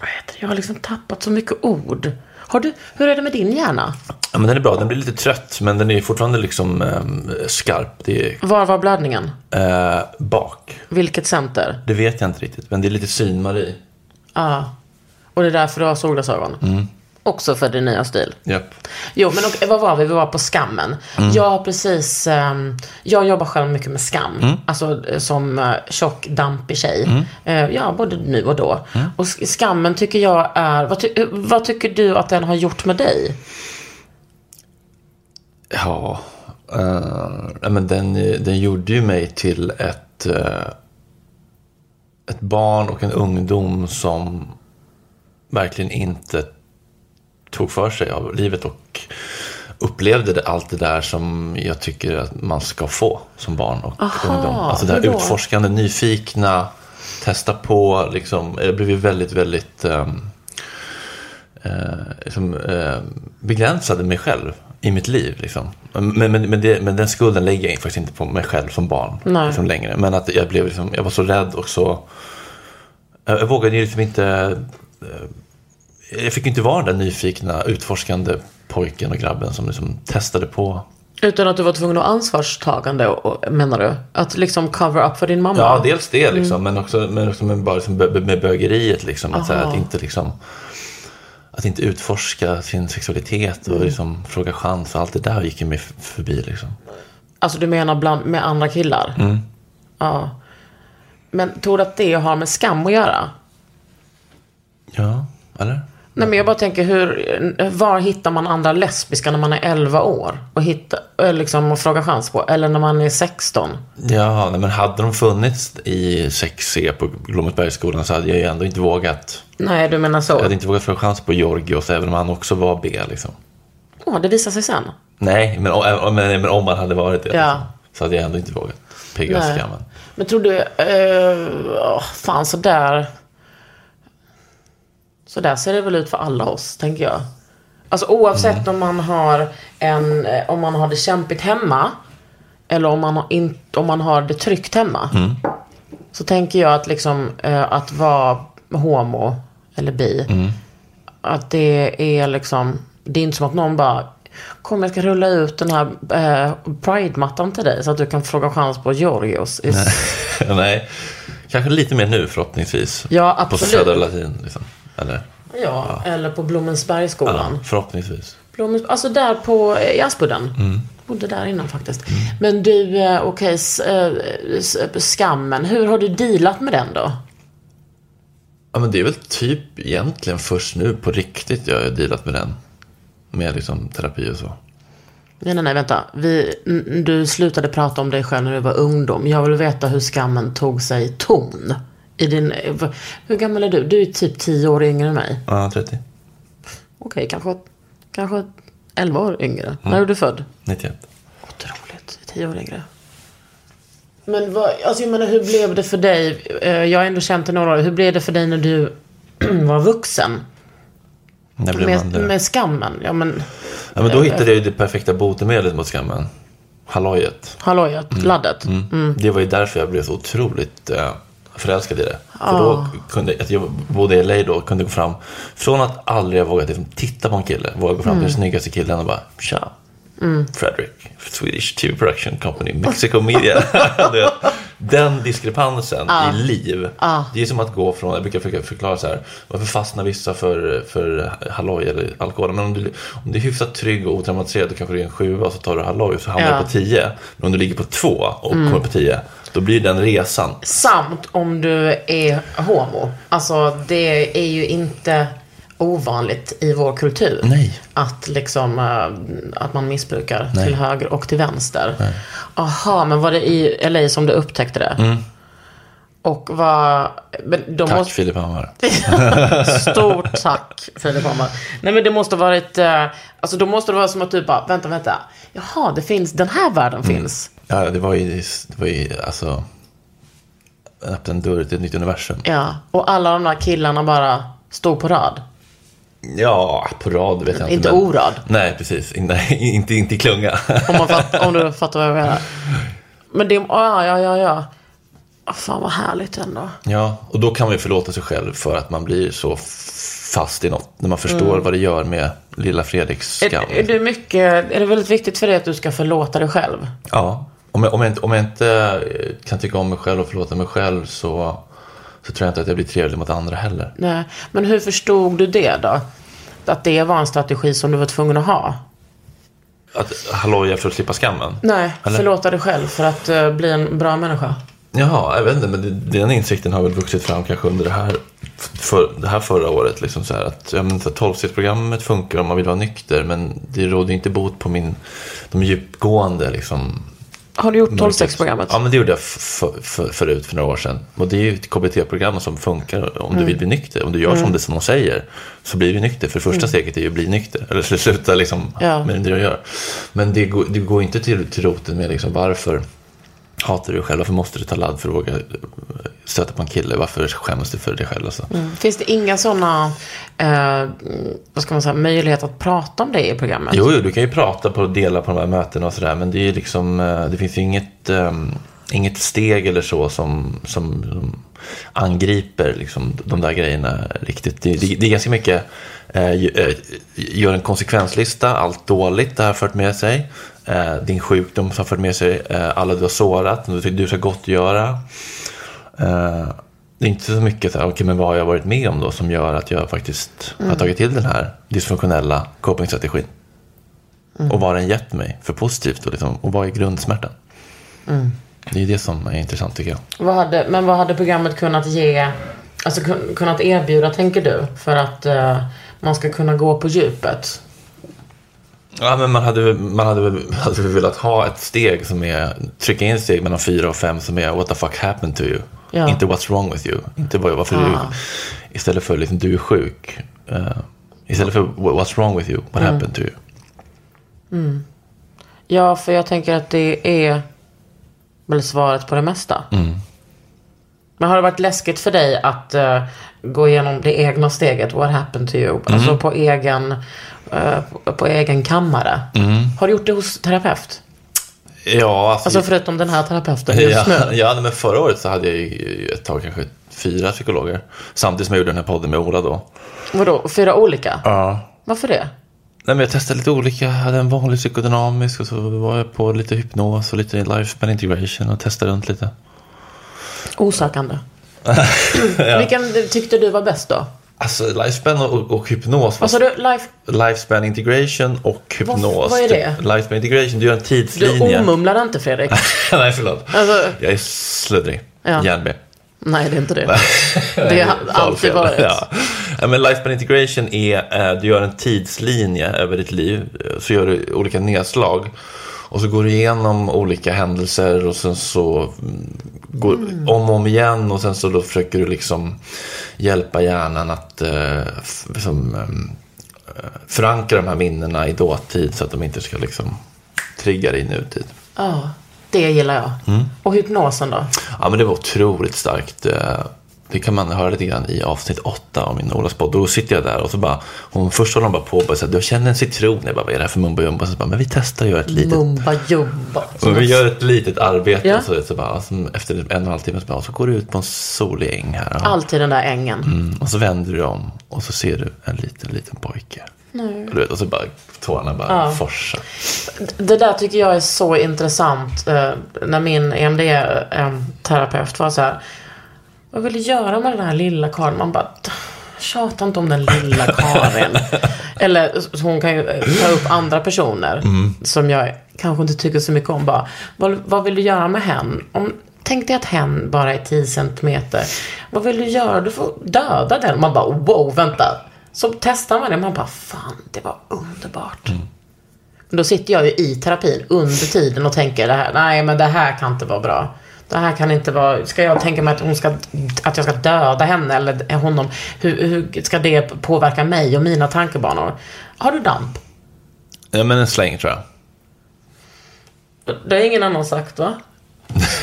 Speaker 1: vad heter det? Jag har liksom tappat så mycket ord. Har du, hur är det med din hjärna?
Speaker 3: Ja, men den är bra. Den blir lite trött, men den är fortfarande liksom ehm, skarp. Det
Speaker 1: Var var blödningen?
Speaker 3: är eh, bak.
Speaker 1: Vilket center?
Speaker 3: Det vet jag inte riktigt, men det är lite syn-Marie.
Speaker 1: Ja. Och det är därför du har solglasögon? Mm. Också för din nya stil.
Speaker 3: Japp.
Speaker 1: Jo, men och, vad var vi? Vi var på skammen. Jag har precis, ehm, jag jobbar själv mycket med skam. Alltså eh, som eh, tjock, dampig tjej. Eh, ja, både nu och då. Och sk- skammen tycker jag är, vad, ty, eh, vad tycker du att den har gjort med dig?
Speaker 3: Ja, eh, nej, men den, den gjorde ju mig till ett, eh, ett barn och en ungdom som verkligen inte tog för sig av livet och upplevde det- allt det där som jag tycker att man ska få som barn och ungdom. Alltså det här
Speaker 1: hur då?
Speaker 3: utforskande, nyfikna, testa på. Liksom, jag blev ju väldigt, väldigt ehm, liksom, eh, begränsade mig själv i mitt liv. Liksom. Men, men, men, det, men den skulden lägger jag faktiskt inte på mig själv som barn
Speaker 1: Nej.
Speaker 3: liksom, längre. Men att jag, blev, liksom, jag var så rädd och så... Jag, jag vågade ju liksom inte... Eh, jag fick ju inte vara den där nyfikna, utforskande pojken och grabben som liksom testade på.
Speaker 1: Utan att du var tvungen att ha ansvarstagande, och, och, menar du? Att liksom cover up för din mamma?
Speaker 3: Ja, dels det liksom, men också, men också med, bara liksom, bö- med bögeriet. Liksom, att, så här,
Speaker 1: Aha.
Speaker 3: att, inte, liksom, att inte utforska sin sexualitet och
Speaker 1: Mm.
Speaker 3: liksom, fråga chans och allt det där gick ju mig f- förbi. Liksom.
Speaker 1: Alltså du menar bland, med andra killar? Ja. Men tror du att det har med skam att göra?
Speaker 3: Ja, eller?
Speaker 1: Nej men jag bara tänker hur, var hittar man andra lesbiska när man är 11 år? Och hitta, eh, liksom och fråga chans på. Eller när man är 16?
Speaker 3: Ja, nej, men hade de funnits i 6C på Glommersbergsskolan så hade jag ju ändå inte vågat.
Speaker 1: Nej du menar
Speaker 3: Jag
Speaker 1: så?
Speaker 3: hade inte vågat fråga chans på Georgios även om han också var B. Liksom.
Speaker 1: Ja det visar sig sen.
Speaker 3: Nej, men, o- men, men om han hade varit det
Speaker 1: Ja.
Speaker 3: liksom, så hade jag ändå inte vågat. Pigga
Speaker 1: Nej.
Speaker 3: skammen.
Speaker 1: Men tror du, eh, åh, fan sådär. Sådär ser det väl ut för alla oss, tänker jag. Alltså oavsett om man har en, eh, om man har det kämpigt hemma. Eller om man har, in, om man har det tryggt hemma. Så tänker jag att liksom, eh, att vara homo eller bi. Att det är liksom, det är inte som att någon bara Kom jag ska rulla ut den här eh, pride-mattan till dig så att du kan fråga chans på Georgios. i
Speaker 3: Nej, kanske lite mer nu förhoppningsvis.
Speaker 1: Ja,
Speaker 3: På
Speaker 1: absolut.
Speaker 3: Södra Latin, liksom. Eller?
Speaker 1: Ja, eller på Blommensbergsskolan.
Speaker 3: Ja, förhoppningsvis.
Speaker 1: Blommens, alltså där på eh, i Aspudden. Bodde där innan faktiskt. Men du, eh, okej, s- eh, s- eh, skammen. Hur har du dealat med den då?
Speaker 3: Ja, men det är väl typ egentligen först nu på riktigt jag har dealat med den. Med liksom terapi och så.
Speaker 1: Nej, nej, nej, vänta. Vi, n- du slutade prata om dig själv när du var ungdom. Jag vill veta hur skammen tog sig ton. I din, eh, v- hur gammal är du? Du är typ 10 år yngre än mig.
Speaker 3: Ja, 30.
Speaker 1: Okej, kanske, kanske 11 år yngre. När är du född?
Speaker 3: 91.
Speaker 1: Mm. Otroligt. Tio år längre. Men vad, alltså jag menar, hur blev det för dig? Eh, Jag har ändå känt dig några år. Hur blev det för dig när du var vuxen?
Speaker 3: När blev man
Speaker 1: Med,
Speaker 3: det?
Speaker 1: med skammen? Ja men,
Speaker 3: Ja, men då hittade jag ju det perfekta botemedlet mot skammen. Hallojet.
Speaker 1: hallå jag, laddet.
Speaker 3: Det var ju därför jag blev så otroligt eh, förälskad i det. För då kunde, att jag bodde i LA då och kunde gå fram, från att aldrig ha vågat liksom, titta på en kille, våga gå fram till den snyggaste killen och bara tja. Fredrik, Swedish TV Production Company, Mexico Media. Du vet, den diskrepansen i liv. Det är som att gå från, jag brukar försöka förklara så här, varför fastnar vissa för, för halloj eller alkohol? Men om du, om du är hyfsat trygg och otraumatiserad, då kanske du är en sjua och så tar du halloj och så hamnar
Speaker 1: Ja. Mm.
Speaker 3: du på 10. Men om du ligger på 2 och kommer på 10, då blir den resan.
Speaker 1: Samt om du är homo. Alltså det är ju inte ovanligt i vår kultur.
Speaker 3: Nej.
Speaker 1: Att, liksom, eh, att man missbrukar
Speaker 3: Nej.
Speaker 1: till höger och till vänster. Aha, men var det i LA som du upptäckte det? Och vad... men de
Speaker 3: Mm. Tack
Speaker 1: måste-
Speaker 3: Filip Hammar.
Speaker 1: Stort tack Filip Hammar. Nej men det måste ha varit, eh, alltså då måste det vara som att du bara, vänta, vänta. Jaha, det finns, den här världen
Speaker 3: Mm.
Speaker 1: finns.
Speaker 3: Ja, det var ju, det var ju alltså, en öppen dörr till ett nytt universum.
Speaker 1: Ja, och alla de där killarna bara stod på rad.
Speaker 3: Ja, på rad vet jag inte.
Speaker 1: Inte
Speaker 3: men-
Speaker 1: orad.
Speaker 3: Nej, precis. In, nej, inte, inte i klunga.
Speaker 1: Om, man fatt, om du fattar vad jag menar. Men det, ja, ja, ja, ja. Ah, Fan vad härligt ändå.
Speaker 3: ja, och då kan man ju förlåta sig själv för att man blir så fast i något. När man förstår vad det gör med lilla Fredriks skam.
Speaker 1: Mm. Är, är, du mycket, är det väldigt viktigt för dig att du ska förlåta dig själv?
Speaker 3: Ja, om jag, om, jag inte, om jag inte eh, kan tycka om mig själv och förlåta mig själv så, så tror jag inte att jag blir trevlig mot andra heller.
Speaker 1: Nej, men hur förstod du det då? att, att det var en strategi som du var tvungen att ha?
Speaker 3: Att halloja för att slippa skammen?
Speaker 1: Nej,
Speaker 3: Eller?
Speaker 1: förlåta dig själv för att eh, bli en bra människa.
Speaker 3: Jaha, jag vet inte, men det- den insikten har väl vuxit fram kanske under det här, för, det här förra året. Liksom så här, att, ja, men, så här, tolvstegsprogrammet funkar om man vill vara nykter, men det råder inte bot på min, de djupgående liksom,
Speaker 1: Har du gjort 12-6-programmet?
Speaker 3: Ja, men det gjorde jag f- f- f- förut för några år sedan. Och det är ju ett KBT-program som funkar om du vill bli nykter. Om du gör som det som de säger så blir du nykter. För första steget är ju att bli nykter. Eller sl- sluta liksom
Speaker 1: Ja.
Speaker 3: med det du gör. Men det går, det går inte till, till roten med liksom varför hatar du dig själv? Varför måste du ta ladd för att våga eh, stöta på en kille? Varför skäms du för dig själv? Alltså?
Speaker 1: Mm. Finns det inga sådana, eh, vad ska man säga, möjlighet att prata om det i programmet?
Speaker 3: Jo, jo, du kan ju prata på och dela på de här mötena och sådär. Men det, är ju liksom, eh, det finns ju inget, eh, inget steg eller så som, som, som angriper liksom, de där grejerna riktigt. Det, det, det är ganska mycket, eh, ju- eh, gör en konsekvenslista, allt dåligt det här har fört med sig. Eh, din sjukdom som har fört med sig, eh, alla du har sårat, du, du ska gottgöra. Eh, det är inte så mycket så här, okej, men vad har jag varit med om då som gör att jag faktiskt har tagit till den här dysfunktionella copingstrategin? Och vad har den gett mig för positivt och, liksom, och vad är grundsmärtan? Det är det som är intressant tycker jag.
Speaker 1: Vad hade, men vad hade programmet kunnat ge, alltså kun, kunnat erbjuda tänker du? För att eh, man ska kunna gå på djupet.
Speaker 3: Ja, men man hade, väl- man hade, väl- hade väl velat ha ett steg som är, trycka in steg mellan fyra och fem som är what the fuck happened to you?
Speaker 1: Ja. Ah.
Speaker 3: Inte what's wrong with you? Inte vad, varför du, istället för liksom, du är sjuk. eh, istället för what's wrong with you? What
Speaker 1: Mm.
Speaker 3: happened to you?
Speaker 1: Ja, för jag tänker att det är väl svaret på det mesta.
Speaker 3: Mm.
Speaker 1: Men har det varit läskigt för dig att eh, gå igenom det egna steget, what happened to you?
Speaker 3: Mm.
Speaker 1: Alltså på egen, eh, på, på egen kammare.
Speaker 3: Mm.
Speaker 1: Har du gjort det hos terapeut?
Speaker 3: Ja, alltså,
Speaker 1: Alltså förutom den här terapeuten just nu.
Speaker 3: Ja, ja, nej, men förra året så hade jag ju ett tag kanske fyra psykologer. Samtidigt som jag gjorde den här podden med Ola då.
Speaker 1: Vadå, fyra olika?
Speaker 3: Ja.
Speaker 1: Varför det?
Speaker 3: Nej, men jag testade lite olika. Jag hade en vanlig psykodynamisk och så var jag på lite hypnos och lite lifespan integration och testade runt lite.
Speaker 1: Osökande. Vilken tyckte du var bäst då?
Speaker 3: Alltså lifespan och, och hypnos.
Speaker 1: Vad sa Alltså, du? Life...
Speaker 3: Lifespan integration och hypnos. typ.
Speaker 1: vad är det?
Speaker 3: Lifespan integration, du gör en
Speaker 1: Du
Speaker 3: tidslinje.
Speaker 1: omumlade inte Fredrik?
Speaker 3: nej, förlåt.
Speaker 1: Alltså-
Speaker 3: Jag är sluddrig.
Speaker 1: Ja.
Speaker 3: Hjärnbe.
Speaker 1: Nej, det är inte det. Det har alltid
Speaker 3: Talfel.
Speaker 1: varit.
Speaker 3: Ja. Ja, men lifespan integration är, eh, du gör en tidslinje över ditt liv, eh, så gör du olika nedslag. Och så går du igenom olika händelser och sen så mm, går om och om igen och sen så då försöker du liksom hjälpa hjärnan att eh, f- liksom, eh, förankra de här minnena i dåtid så att de inte ska liksom trigga dig i nutid.
Speaker 1: Ja, det gillar jag.
Speaker 3: Mm.
Speaker 1: Och hypnosen då?
Speaker 3: Ja, men det var otroligt starkt. Eh, Det kan man höra lite grann i avsnitt åtta av min Olas podd. Då sitter jag där och så bara, hon, först håller hon bara på och bara, så här, jag känner en citron. Jag bara, vad är det här för mumbo jumbo? Så bara, men vi testar att göra ett litet,
Speaker 1: Mumba jumba.
Speaker 3: så vi gör ett litet arbete.
Speaker 1: Ja.
Speaker 3: Så, vet, så bara, alltså, efter en och en halv timme så, bara, så går du ut på en solig äng här. Och,
Speaker 1: Alltid den där ängen.
Speaker 3: mm, och så vänder du om och så ser du en liten, liten pojke. Och, du vet, och så bara tårarna bara forsar.
Speaker 1: Det där tycker jag är så intressant. eh, När min EMD-terapeut var så här. Vad vill du göra med den här lilla Karin? Man bara. Tjata inte om den lilla Karin. Eller så hon kan ju eh, ta upp andra personer. Som jag kanske inte tycker så mycket om. Bara, vad, vad vill du göra med hen? Om, tänk dig att hen bara är 10 centimeter. Vad vill du göra? Du får döda den. Man bara wow, vänta. Så testar man det. Man bara fan, det var underbart. Men Då sitter jag ju i terapin under tiden och tänker det här, nej men det här kan inte vara bra. Det här kan inte vara, ska jag tänka mig att, hon ska, att jag ska döda henne eller honom? Hur, hur ska det påverka mig och mina tankebanor? Har du damp?
Speaker 3: Ja, men en släng tror jag.
Speaker 1: Det har ingen annan sagt va?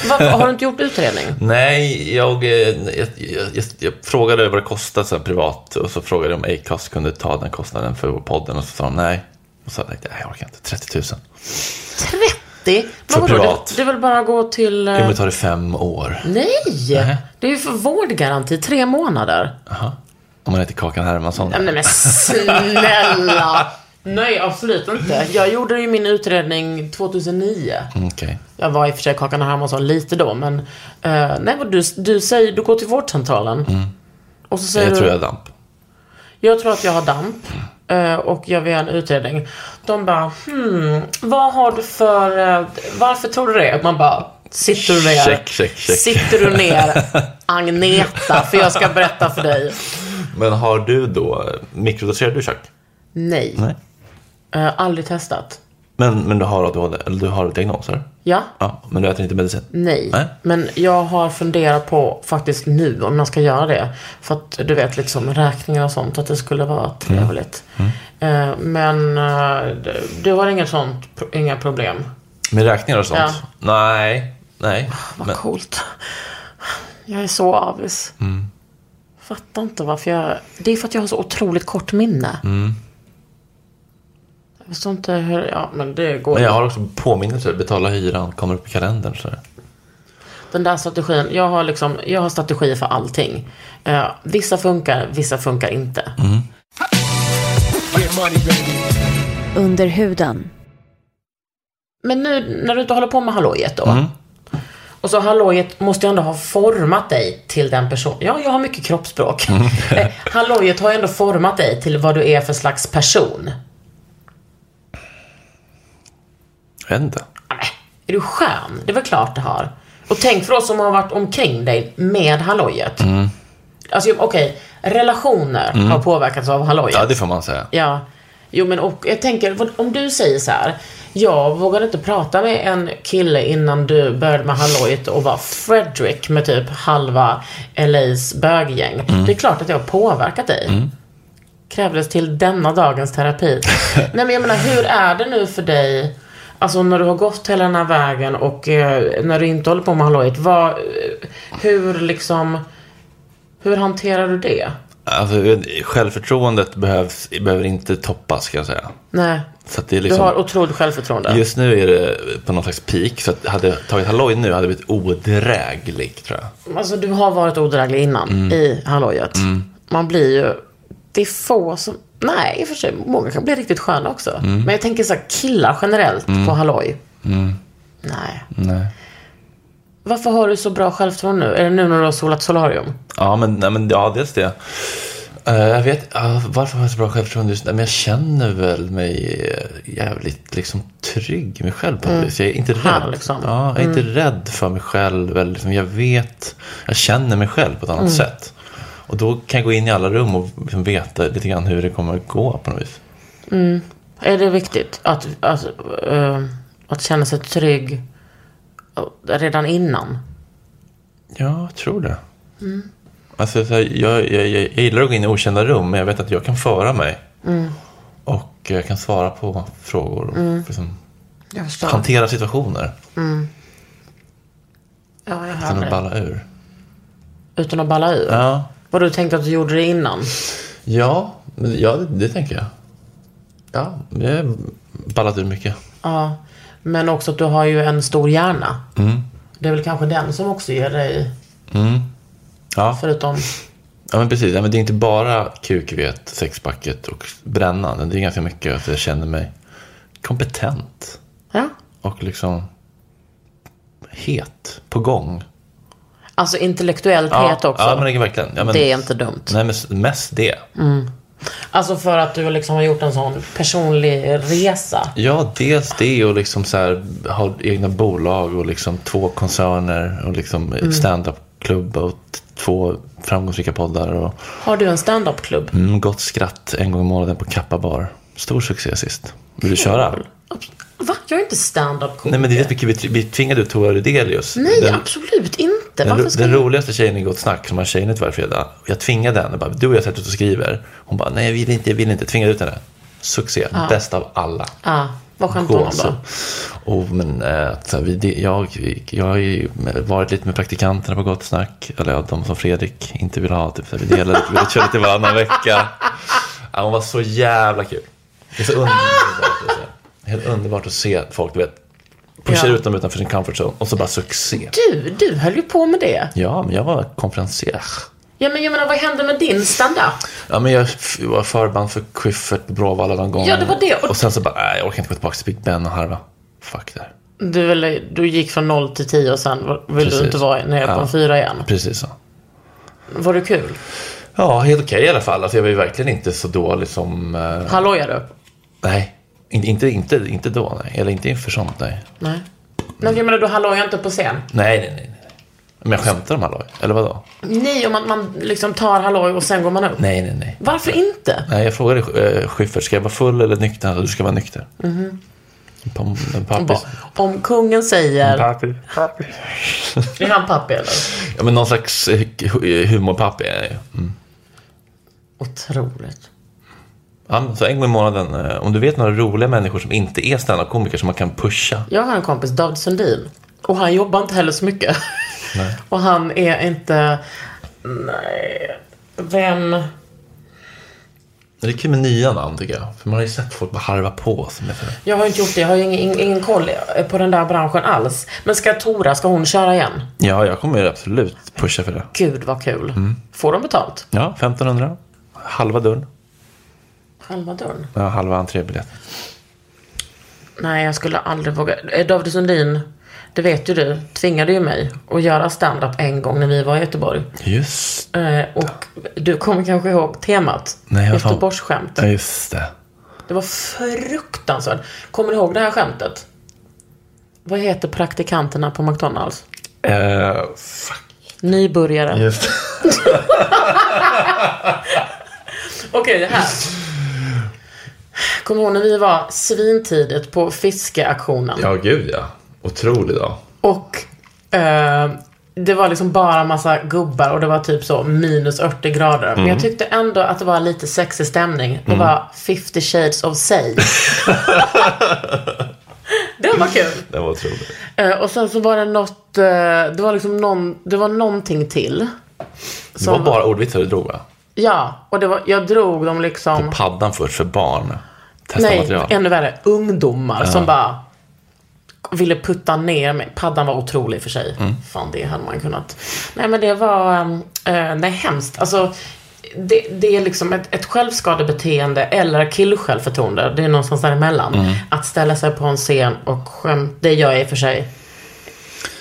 Speaker 1: Varför, har du inte gjort utredning?
Speaker 3: Nej, jag, eh, jag, jag, jag, jag frågade vad det kostade så här, privat och så frågade jag om Acast kunde ta den kostnaden för podden och så sa de nej. Och så tänkte jag, nej, jag orkar inte, 30 000.
Speaker 1: 30?
Speaker 3: För
Speaker 1: Men vadå,
Speaker 3: privat.
Speaker 1: det, det är väl bara att gå till... eh,
Speaker 3: Jo, men det tar det fem år.
Speaker 1: Nej! Det är ju för vårdgaranti, tre månader.
Speaker 3: Om man heter Kakan Hermansson.
Speaker 1: Nej men snälla! Nej, absolut inte. Jag gjorde ju min utredning 2009.
Speaker 3: Mm, Okej.
Speaker 1: Jag var i och för sig Kakan och Hermansson lite då, men... eh, nej, vad du, du säger... Du går till vårdcentralen. Och så säger
Speaker 3: Mm. Jag
Speaker 1: du...
Speaker 3: tror jag har damp.
Speaker 1: jag tror att jag har damp. eh, och jag vill göra en utredning. De bara, hmm, vad har du för, eh, varför tror du det? Och man bara, sitter du ner?
Speaker 3: Check, check, check.
Speaker 1: Sitter du ner, Agneta, för jag ska berätta för dig.
Speaker 3: Men har du då, mikrodoserar du Chuck?
Speaker 1: Nej,
Speaker 3: Nej.
Speaker 1: eh, aldrig testat.
Speaker 3: Men, men du har ADHD, eller du har diagnoser?
Speaker 1: Ja?
Speaker 3: Ja, men du äter inte medicin?
Speaker 1: Nej.
Speaker 3: Nej.
Speaker 1: men jag har funderat på faktiskt nu om jag ska göra det. För att du vet liksom räkningar och sånt, att det skulle vara
Speaker 3: Mm.
Speaker 1: trevligt. Eh, Men eh, du- du har inget sånt, pro- inga problem?
Speaker 3: Med räkningar och sånt?
Speaker 1: Ja.
Speaker 3: Nej, nej.
Speaker 1: Vad
Speaker 3: Men,
Speaker 1: coolt. Jag är så avis.
Speaker 3: Mm.
Speaker 1: Fattar inte varför jag... Det är för att jag har så otroligt kort minne.
Speaker 3: Mm.
Speaker 1: Jag förstår inte hur... Ja, men det går
Speaker 3: men jag
Speaker 1: ju.
Speaker 3: har också påminnelser, betala hyran, kommer upp i kalendern. Så. här.
Speaker 1: Den där strategin, jag har liksom, jag har strategier för allting. Eh, vissa funkar, vissa funkar inte.
Speaker 2: Under huden.
Speaker 1: Men nu när du inte håller på med hallojet då.
Speaker 3: Mm.
Speaker 1: Och så hallojet måste ju ändå ha format dig till den person. Ja, jag har mycket kroppsspråk.
Speaker 3: Mm.
Speaker 1: Eh, hallojet har ju ändå format dig till vad du är för slags person.
Speaker 3: Jag vet inte.
Speaker 1: Nej, är du skön? Det är väl klart det har. Och tänk för oss som har varit omkring dig med hallojet.
Speaker 3: Mm.
Speaker 1: Alltså okej, relationer har påverkats av hallojet.
Speaker 3: Ja, det får man säga.
Speaker 1: Ja. Jo men och jag tänker, vad- om du säger så här. Jag vågade inte prata med en kille innan du började med hallojet och var Fredrik med typ halva LAs böggäng.
Speaker 3: Mm.
Speaker 1: Det är klart att det har påverkat dig. Krävdes till denna dagens terapi. Nej men jag menar, hur är det nu för dig? Alltså när du har gått hela den här vägen och eh, när du inte håller på med hallojet. Vad, eh, hur liksom, hur hanterar du det?
Speaker 3: Alltså, självförtroendet behövs, behöver inte toppas, ska jag säga.
Speaker 1: Nej.
Speaker 3: Så att det är
Speaker 1: Du
Speaker 3: liksom...
Speaker 1: har otroligt självförtroende.
Speaker 3: Just nu är det på någon slags peak, så att hade jag tagit halloj nu hade jag blivit odräglig, tror jag.
Speaker 1: Alltså du har varit odräglig innan i hallojet. Man blir ju... Det är få som... Nej, i och för sig. Många kan bli riktigt sköna också. Men jag tänker så här, killar generellt på halloj. Nej.
Speaker 3: Nej.
Speaker 1: Varför har du så bra självförtroende nu? Är det nu när du har solat solarium?
Speaker 3: Ja, men, nej, men ja, dels det. Eh, jag vet, ja, varför har jag så bra självförtroende just nu? Men jag känner väl mig eh, jävligt liksom, trygg i mig själv på något vis. Jag är inte
Speaker 1: Mm. Här,
Speaker 3: rädd.
Speaker 1: liksom.
Speaker 3: Ja, jag är inte rädd för mig själv. Eller, liksom, jag vet, jag känner mig själv på ett annat
Speaker 1: Mm.
Speaker 3: sätt. Och då kan jag gå in i alla rum och liksom, veta lite grann hur det kommer att gå på något vis.
Speaker 1: Är det viktigt att, att, eh, att känna sig trygg eh, redan innan?
Speaker 3: Ja, jag tror det.
Speaker 1: Mm.
Speaker 3: Alltså, så här, jag, jag, jag, jag gillar att gå in i okända rum, men jag vet att jag kan föra mig.
Speaker 1: Mm.
Speaker 3: Och jag kan svara på frågor och liksom,
Speaker 1: Jag förstår.
Speaker 3: hantera situationer
Speaker 1: Ja, jag
Speaker 3: utan
Speaker 1: hör
Speaker 3: att
Speaker 1: det.
Speaker 3: balla ur.
Speaker 1: Utan att balla ur?
Speaker 3: Ja,
Speaker 1: Vad du tänkte att du gjorde det innan?
Speaker 3: ja, men, ja det, det tänker jag. Ja, jag har ballat ur mycket.
Speaker 1: Ja, men också att du har ju en stor hjärna.
Speaker 3: Mm.
Speaker 1: Det är väl kanske den som också ger dig,
Speaker 3: Ja,
Speaker 1: förutom...
Speaker 3: ja men precis. Ja, men det är inte bara kuk, vet, sexpacket och brännan. Det är ganska mycket att jag känner mig kompetent
Speaker 1: Ja.
Speaker 3: och liksom het, på gång.
Speaker 1: Alltså intellektuellt het också.
Speaker 3: Ja, men det är verkligen. Ja, men,
Speaker 1: Det är inte dumt.
Speaker 3: Nej, men s- mest det.
Speaker 1: Alltså för att du liksom har gjort en sån personlig resa.
Speaker 3: Ja, dels det och liksom så här, ha egna bolag och liksom två koncerner och liksom standup-klubb och t- två framgångsrika poddar och
Speaker 1: Har du en stand-up-klubb?
Speaker 3: mm, gott skratt en gång i månaden på Kappa Bar. Stor succé sist. Vill du köra?
Speaker 1: Va? Jag är inte stand-up-komiker.
Speaker 3: Nej, men det är jättemycket. Vi tr- Vi tvingade ut Tora Rydelius.
Speaker 1: Nej,
Speaker 3: den,
Speaker 1: absolut inte.
Speaker 3: den,
Speaker 1: Varför
Speaker 3: ro-
Speaker 1: ska
Speaker 3: den
Speaker 1: jag...
Speaker 3: roligaste tjejen i Gott Snack som har tjejnytt varje fredag. Jag tvingade henne. Bara, du och jag sätter oss och skriver. Hon bara, nej jag vill inte, jag vill inte. Tvingade ut henne. Succé. Bäst av alla.
Speaker 1: Ja, vad skönt om
Speaker 3: gå.
Speaker 1: honom då.
Speaker 3: Så. Och, men, eh, så här, vi, det, jag, jag har ju varit lite med praktikanterna på Gott Snack. Eller ja, de som Fredrik inte vill ha. Typ, så här, vi delade lite, vi körde lite varannan vecka. Ja, hon var så jävla kul. Det är så underbart att se. Helt underbart att se folk, du vet. Pushar
Speaker 1: Ja.
Speaker 3: ut dem utanför sin comfort zone och så bara succé.
Speaker 1: Du, du höll ju på med det.
Speaker 3: Ja, men jag var konferencier.
Speaker 1: Ja, men jag menar, vad hände med din stand-up?
Speaker 3: Ja, men jag f- var förband för Schyffert på Bråvalla någon gång.
Speaker 1: Ja, det var det.
Speaker 3: Och, sen så bara, nej, jag orkar inte gå tillbaka till Big Ben och harva. Fuck det här.
Speaker 1: Du, ville, du gick från noll till tio och sen var- ville
Speaker 3: Precis.
Speaker 1: du inte vara nere på
Speaker 3: Ja.
Speaker 1: en fyra igen.
Speaker 3: Precis så.
Speaker 1: Var det kul?
Speaker 3: Ja, helt okej i alla fall. Alltså, jag var ju verkligen inte så dålig som... eh,
Speaker 1: Halloja du?
Speaker 3: nej, inte, inte, inte, inte då. Nej. Eller inte inför sånt. Nej,
Speaker 1: Nej. Men jag menar, du hallojar inte på scen?
Speaker 3: nej, nej. nej, nej. Men jag skämtar om halloj. Eller vadå?
Speaker 1: Nej, om man, man liksom tar halloj och sen går man upp.
Speaker 3: Nej, nej, nej.
Speaker 1: Varför inte?
Speaker 3: Nej, jag frågade eh, Schyffert, ska jag vara full eller nykter? Han sa, Du ska vara nykter. Mm-hmm. En, pom- en
Speaker 1: Bara,
Speaker 3: pappis.
Speaker 1: Om kungen säger...
Speaker 3: Pappi.
Speaker 1: Är han pappi eller?
Speaker 3: Ja, men någon slags eh, hu- humorpappi är jag ju. Mm.
Speaker 1: Otroligt.
Speaker 3: Ja, men så en gång i månaden, eh, om du vet några roliga människor som inte är standup-komiker som man kan pusha.
Speaker 1: Jag har en kompis, David Sundin. Och han jobbar inte heller så mycket. Och han är inte... Nej. Vem...
Speaker 3: Det är kul med nya namn tycker jag. För man har ju sett folk bara harva på. Som är för...
Speaker 1: Jag har inte gjort det. Jag har ju ingen, ingen koll på den där branschen alls. Men ska Tora, ska hon köra igen?
Speaker 3: Ja, jag kommer ju absolut pusha för det.
Speaker 1: Gud vad kul. Får de betalt?
Speaker 3: Ja, 1500. Halva dörren.
Speaker 1: Halva dörren.
Speaker 3: Ja, halva entrébiljetten.
Speaker 1: Nej, jag skulle aldrig våga. Eh, David Sundin, det vet ju du, tvingade ju mig att göra stand-up en gång när vi var i Göteborg.
Speaker 3: Just
Speaker 1: Eh, och du kommer kanske ihåg temat?
Speaker 3: Nej, jag fan-
Speaker 1: Göteborgsskämt.
Speaker 3: Ja, just det.
Speaker 1: Det var fruktansvärt. Kommer du ihåg det här skämtet? Vad heter praktikanterna på McDonalds?
Speaker 3: Eh,
Speaker 1: Nybörjare.
Speaker 3: just det.
Speaker 1: Okej, det här. Kommer du ihåg när vi var svintidigt på fiskeaktionen?
Speaker 3: Ja, gud ja. Otrolig dag.
Speaker 1: Och eh, det var liksom bara massa gubbar och det var typ så minus 80 grader. Men
Speaker 3: Mm.
Speaker 1: jag tyckte ändå att det var lite sexig stämning. Det var 50 shades of say. det var kul.
Speaker 3: Det var otroligt.
Speaker 1: Eh, och sen så var det något, eh, det var liksom någon, det var någonting till.
Speaker 3: Det var bara ordvitsar du drog va?
Speaker 1: Ja, och det var, jag drog dem liksom.
Speaker 3: Paddan först för barn. Testa
Speaker 1: Nej,
Speaker 3: material.
Speaker 1: ännu värre. Ungdomar som bara ville putta ner mig. Paddan var otrolig i och för sig.
Speaker 3: Mm.
Speaker 1: Fan, det hade man kunnat. Nej, men det var um, eh, nej, hemskt. Alltså, det, det är liksom ett, ett självskadebeteende eller killsjälvförtroende. Det är någonstans däremellan.
Speaker 3: Mm.
Speaker 1: Att ställa sig på en scen och skämt. Det gör jag i och för sig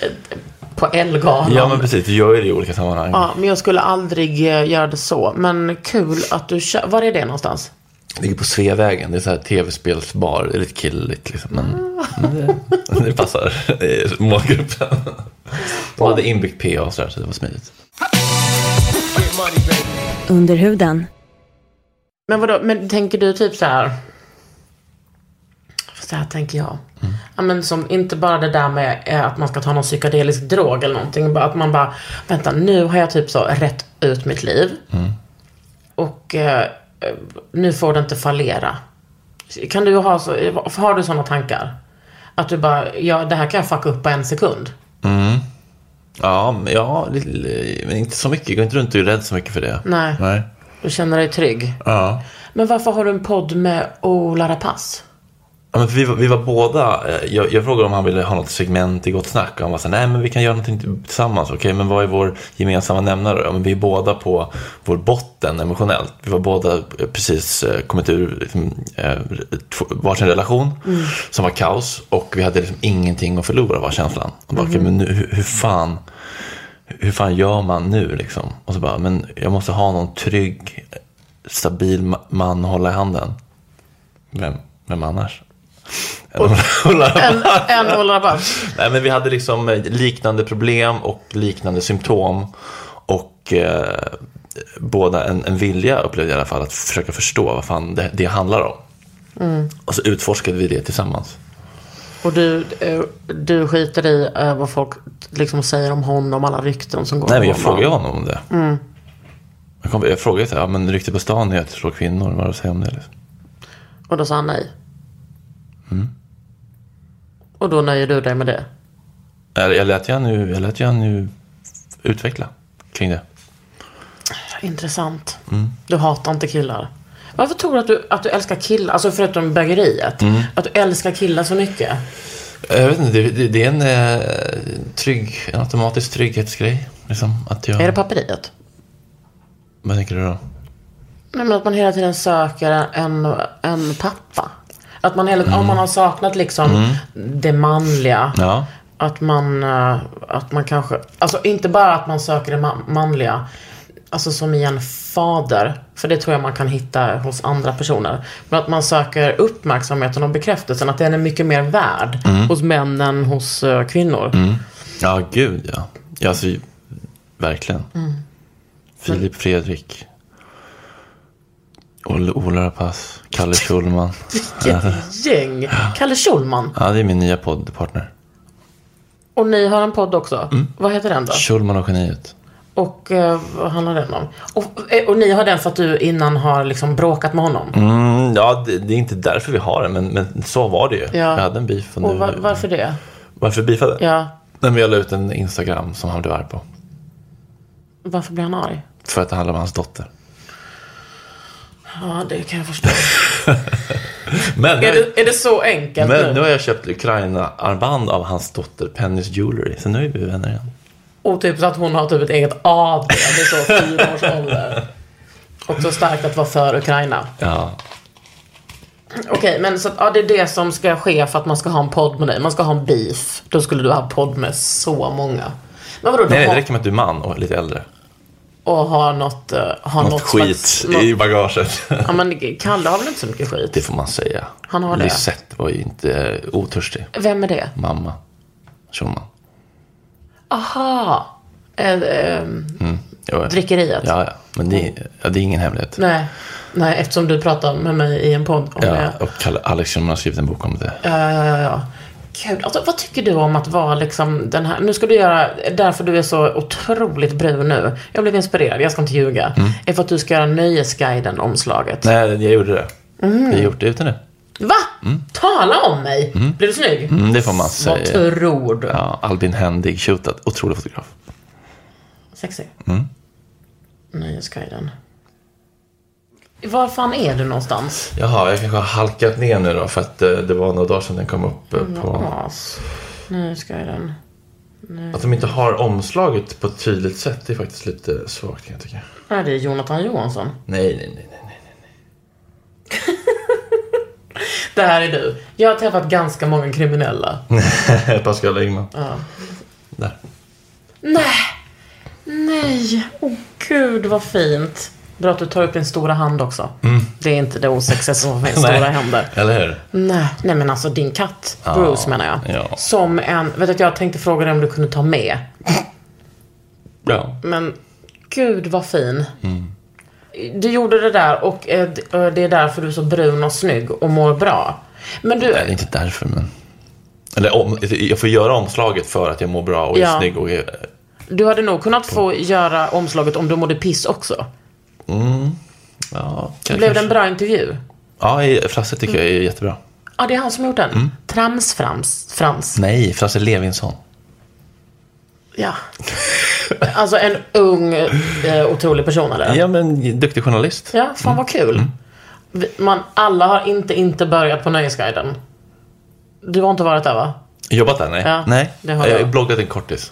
Speaker 1: eh, på Ellegalan.
Speaker 3: Ja, men precis. Du gör ju det i olika sammanhang.
Speaker 1: Ja, men jag skulle aldrig eh, göra det så. Men kul att du kör. Var är det någonstans?
Speaker 3: Ligger på Sveavägen. Det är så här tv-spelsbar. Det är lite killigt liksom. Men men det, det passar eh, målgruppen. De hade inbyggt PA och sådär, så det var smidigt.
Speaker 2: Under huden.
Speaker 1: Men vadå, men tänker du typ så här? Så här tänker jag. Ja, men som, inte bara det där med eh, att man ska ta någon psykedelisk drog eller någonting. Bara att man bara, vänta nu har jag typ så rätt ut mitt liv. Och eh, eh, nu får det inte fallera. Kan du ha så, har du sådana tankar? Att du bara, ja det här kan jag fucka upp på en sekund.
Speaker 3: Ja, men- ja, lite- men inte så mycket. Gå inte runt och är rädd så mycket för det.
Speaker 1: Nej.
Speaker 3: Nej.
Speaker 1: Du känner dig trygg.
Speaker 3: Ja.
Speaker 1: Men varför har du en podd med Ola Rapace?
Speaker 3: Ja, men för vi, var, vi var båda, eh, jag, jag frågade om han ville ha något segment i Gott Snack och han var så här, nej men vi kan göra någonting tillsammans, okej men vad är vår gemensamma nämnare då? Ja, men vi är båda på vår botten emotionellt. Vi var båda eh, precis eh, kommit ur liksom, eh, två- varsin relation som var kaos och vi hade liksom ingenting att förlora var känslan. Och bara, okej, men nu, hur, hur fan hur fan gör man nu liksom? Och så bara, men jag måste ha någon trygg, stabil ma- man att hålla i handen. Vem, vem annars? Ulla
Speaker 1: En, en Ola Rapace.
Speaker 3: Nej, men vi hade liksom eh, liknande problem och liknande symptom. Och eh, båda en, en vilja, upplevde jag i alla fall, att försöka förstå vad fan det, det handlar om.
Speaker 1: Mm.
Speaker 3: Och så utforskade vi det tillsammans.
Speaker 1: Och du, eh, du skiter i eh, vad folk liksom säger om honom, alla rykten som går
Speaker 3: Nej, men
Speaker 1: om
Speaker 3: jag
Speaker 1: honom.
Speaker 3: frågade honom om det.
Speaker 1: Mm.
Speaker 3: Jag, kom, jag frågade så här, ja, men ryktet på stan är att du slår kvinnor, vad har du att säga om det? Liksom?
Speaker 1: Och då sa han nej.
Speaker 3: Mm.
Speaker 1: Och då nöjer du dig med det?
Speaker 3: Jag, jag lät ju han ju, jag lät ju han ju utveckla kring det.
Speaker 1: Intressant.
Speaker 3: Mm.
Speaker 1: Du hatar inte killar. Varför tror du att du, att du älskar killar, alltså förutom bögeriet,
Speaker 3: Mm.
Speaker 1: att du älskar killar så mycket?
Speaker 3: Jag vet inte, det, det, det är en, eh, trygg, en automatisk trygghetsgrej. Liksom, att jag,
Speaker 1: Är det papperiet?
Speaker 3: Vad tänker du då?
Speaker 1: Nej, men att man hela tiden söker en, en pappa. Att man hela, om man har saknat liksom det manliga.
Speaker 3: Mm. Ja.
Speaker 1: Att man, eh, att man kanske, alltså inte bara att man söker det ma- manliga. alltså som i en fader, för det tror jag man kan hitta hos andra personer. Men att man söker uppmärksamheten och bekräftelsen, att den är mycket mer värd hos män än hos eh, kvinnor.
Speaker 3: Ja, gud ja. ja alltså, verkligen. Filip Fredrik. Olle- Ola Rapace. Kalle Schulman.
Speaker 1: Vilket gäng! Kalle Schulman.
Speaker 3: Ja, det är min nya poddpartner.
Speaker 1: Och ni har en podd också. Vad heter den då?
Speaker 3: Schulman och geniet.
Speaker 1: Och eh, vad handlar den om? Och, eh, och ni har den för att du innan har liksom bråkat med honom?
Speaker 3: Mm, ja, det, det är inte därför vi har den, men, men så var det ju. Jag hade en beef. Och nu,
Speaker 1: Och va- varför det?
Speaker 3: Varför beefade?
Speaker 1: Ja,
Speaker 3: Nej, men jag la ut en Instagram som han blev arg på.
Speaker 1: varför blir han arg?
Speaker 3: För att det handlade om hans dotter.
Speaker 1: Ja, det kan jag förstå.
Speaker 3: Men,
Speaker 1: är, det, är det så enkelt
Speaker 3: men nu
Speaker 1: nu?
Speaker 3: har jag köpt Ukraina-armband av hans dotter, Pennys Jewelry. Så nu är vi vänner igen.
Speaker 1: Och typ så att hon har typ ett eget AB vid så fyra års ålder. Också starkt att vara för Ukraina.
Speaker 3: Ja,
Speaker 1: Okej, men så att, ja, det är det som ska ske för att man ska ha en podd med dig. Man ska ha en beef. Då skulle du ha podd med så många. Men vadå,
Speaker 3: Nej, nej,
Speaker 1: du
Speaker 3: det
Speaker 1: har,
Speaker 3: räcker med att du är man och lite äldre.
Speaker 1: och ha något, eh, ha något,
Speaker 3: Något, skit
Speaker 1: slags-
Speaker 3: i
Speaker 1: något-
Speaker 3: bagaget.
Speaker 1: Ja, men Kalle har väl inte så mycket
Speaker 3: Det
Speaker 1: skit?
Speaker 3: får man säga.
Speaker 1: Han har det.
Speaker 3: Lisette var ju inte eh, otörstig.
Speaker 1: Vem är det?
Speaker 3: Mamma Schulman.
Speaker 1: Aha! Eh, ehm,
Speaker 3: Ja,
Speaker 1: Drickeriet.
Speaker 3: Mm. Ja, ja. Men det är, ja, det är ingen hemlighet.
Speaker 1: nej, nej, eftersom du pratar med mig i en podd om
Speaker 3: Ja,
Speaker 1: det.
Speaker 3: och Kalle, Alex Schulman har skrivit en bok om det.
Speaker 1: Ja, ja, ja, Eh, ja. Gud, alltså, vad tycker du om att vara liksom den här, nu ska du göra, därför du är så otroligt brun nu. Jag blev inspirerad, jag ska inte ljuga.
Speaker 3: Mm.
Speaker 1: Är för att du ska göra Nöjesguiden-omslaget.
Speaker 3: Nej, jag gjorde det.
Speaker 1: Mm.
Speaker 3: Vi har gjort det utan det.
Speaker 1: Va? Tala om mig! Blir du snygg?
Speaker 3: Mm, det får man säga.
Speaker 1: Vad tror du?
Speaker 3: Ja, Albin Händig, shootad. Otrolig fotograf.
Speaker 1: Sexy.
Speaker 3: Mm.
Speaker 1: Nöjesguiden. Var fan är du någonstans?
Speaker 3: Jaha, jag kanske har halkat ner nu då för att eh, det var några dagar sedan den kom upp eh, på...
Speaker 1: As. Nöjesguiden. Mm.
Speaker 3: Att de inte har omslaget på ett tydligt sätt det är faktiskt lite svagt kan jag tycka.
Speaker 1: Är det är Jonathan Johansson?
Speaker 3: Nej, nej, nej. nej, nej.
Speaker 1: Det här är du. Jag har träffat ganska många kriminella.
Speaker 3: Pascal Engman. Där.
Speaker 1: Nej. Nej. Åh gud vad fint. Bra att du tar upp din stora hand också.
Speaker 3: Mm.
Speaker 1: Det är inte det osexiga som finns stora händer.
Speaker 3: Eller hur?
Speaker 1: Nej. Nej men alltså din katt, Bruce menar jag.
Speaker 3: ja.
Speaker 1: Som en, vet du att jag tänkte fråga dig om du kunde ta med.
Speaker 3: Ja.
Speaker 1: Men gud vad fin.
Speaker 3: Mm.
Speaker 1: Du gjorde det där och eh, d- eh, det är därför du är så brun och snygg och mår bra. Men du,
Speaker 3: Nej, det är inte därför, men... Eller om, jag får göra omslaget för att jag mår bra och är
Speaker 1: Ja.
Speaker 3: snygg och är...
Speaker 1: du hade nog kunnat få göra omslaget om du mådde piss också.
Speaker 3: Ja,
Speaker 1: Blev det en bra Mm. intervju?
Speaker 3: Ja, i- Frasse tycker jag är jättebra.
Speaker 1: Ja, det är han som har gjort den.
Speaker 3: Mm.
Speaker 1: Tramsframs. Frans.
Speaker 3: Nej, Frasse Levinsson.
Speaker 1: Ja. Alltså en ung, eh, otrolig person eller?
Speaker 3: Ja, men duktig journalist.
Speaker 1: Ja, fan vad kul. Vi- Man, alla har inte, inte börjat på Nöjesguiden. Du har inte varit där va?
Speaker 3: Jobbat där? Nej.
Speaker 1: Ja,
Speaker 3: nej.
Speaker 1: det har
Speaker 3: jag har
Speaker 1: jag.
Speaker 3: bloggat en kortis.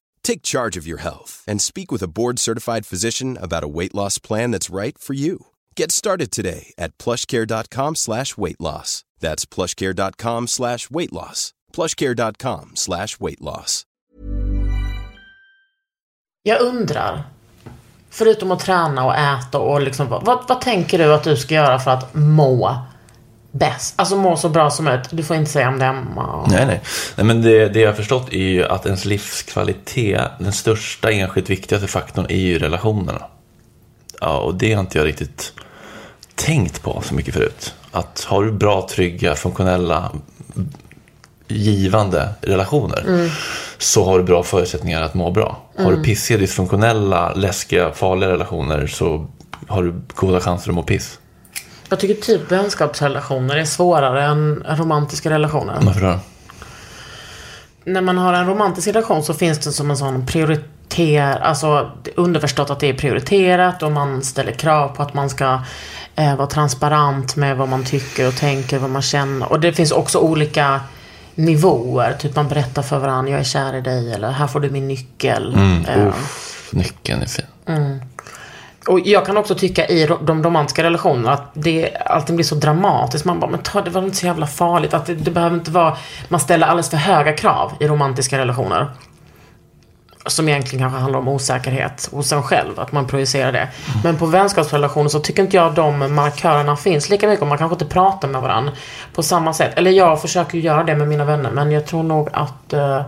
Speaker 4: Take charge of your health and speak with a board-certified physician about a weight loss plan that's right for you. Get started today at plushcare.com slash weight loss. That's plushcare.com slash weight loss. plushcare.com slash weight loss.
Speaker 1: Jag undrar. Förutom att träna och äta och liksom, vad, vad- vad tänker du att du ska göra för att må bäst? Alltså må så bra som möjligt. Du får inte säga om det är hemma. och-
Speaker 3: Nej, nej. nej men det, det jag har förstått är ju att ens livskvalitet, den största enskilt viktigaste faktorn är ju relationerna. Ja, och det har inte jag riktigt tänkt på så mycket förut. Att har du bra, trygga, funktionella, givande relationer så har du bra förutsättningar att må bra. Har du pissiga, dysfunktionella, läskiga, farliga relationer så har du goda chanser att må piss.
Speaker 1: Jag tycker typ vänskapsrelationer är svårare än romantiska relationer.
Speaker 3: Varför då?
Speaker 1: När man har en romantisk relation så finns det som en sån prioriter, alltså underförstått att det är prioriterat och man ställer krav på att man ska eh, vara transparent med vad man tycker och tänker, vad man känner. Och det finns också olika nivåer, typ man berättar för varandra, jag är kär i dig eller här får du min nyckel. Eh,
Speaker 3: Mm. Uff, nyckeln är fin.
Speaker 1: Och jag kan också tycka i ro- de romantiska relationerna att det alltid blir så dramatiskt. Man bara, men ta, det var inte så jävla farligt. Att det, det behöver inte vara, man ställer alldeles för höga krav i romantiska relationer. Som egentligen kanske handlar om osäkerhet hos en själv, att man projicerar det. Men på vänskapsrelationer så tycker inte jag de markörerna finns lika mycket. och Man kanske inte pratar med varandra på samma sätt. Eller jag försöker ju göra det med mina vänner, men jag tror nog att... eh,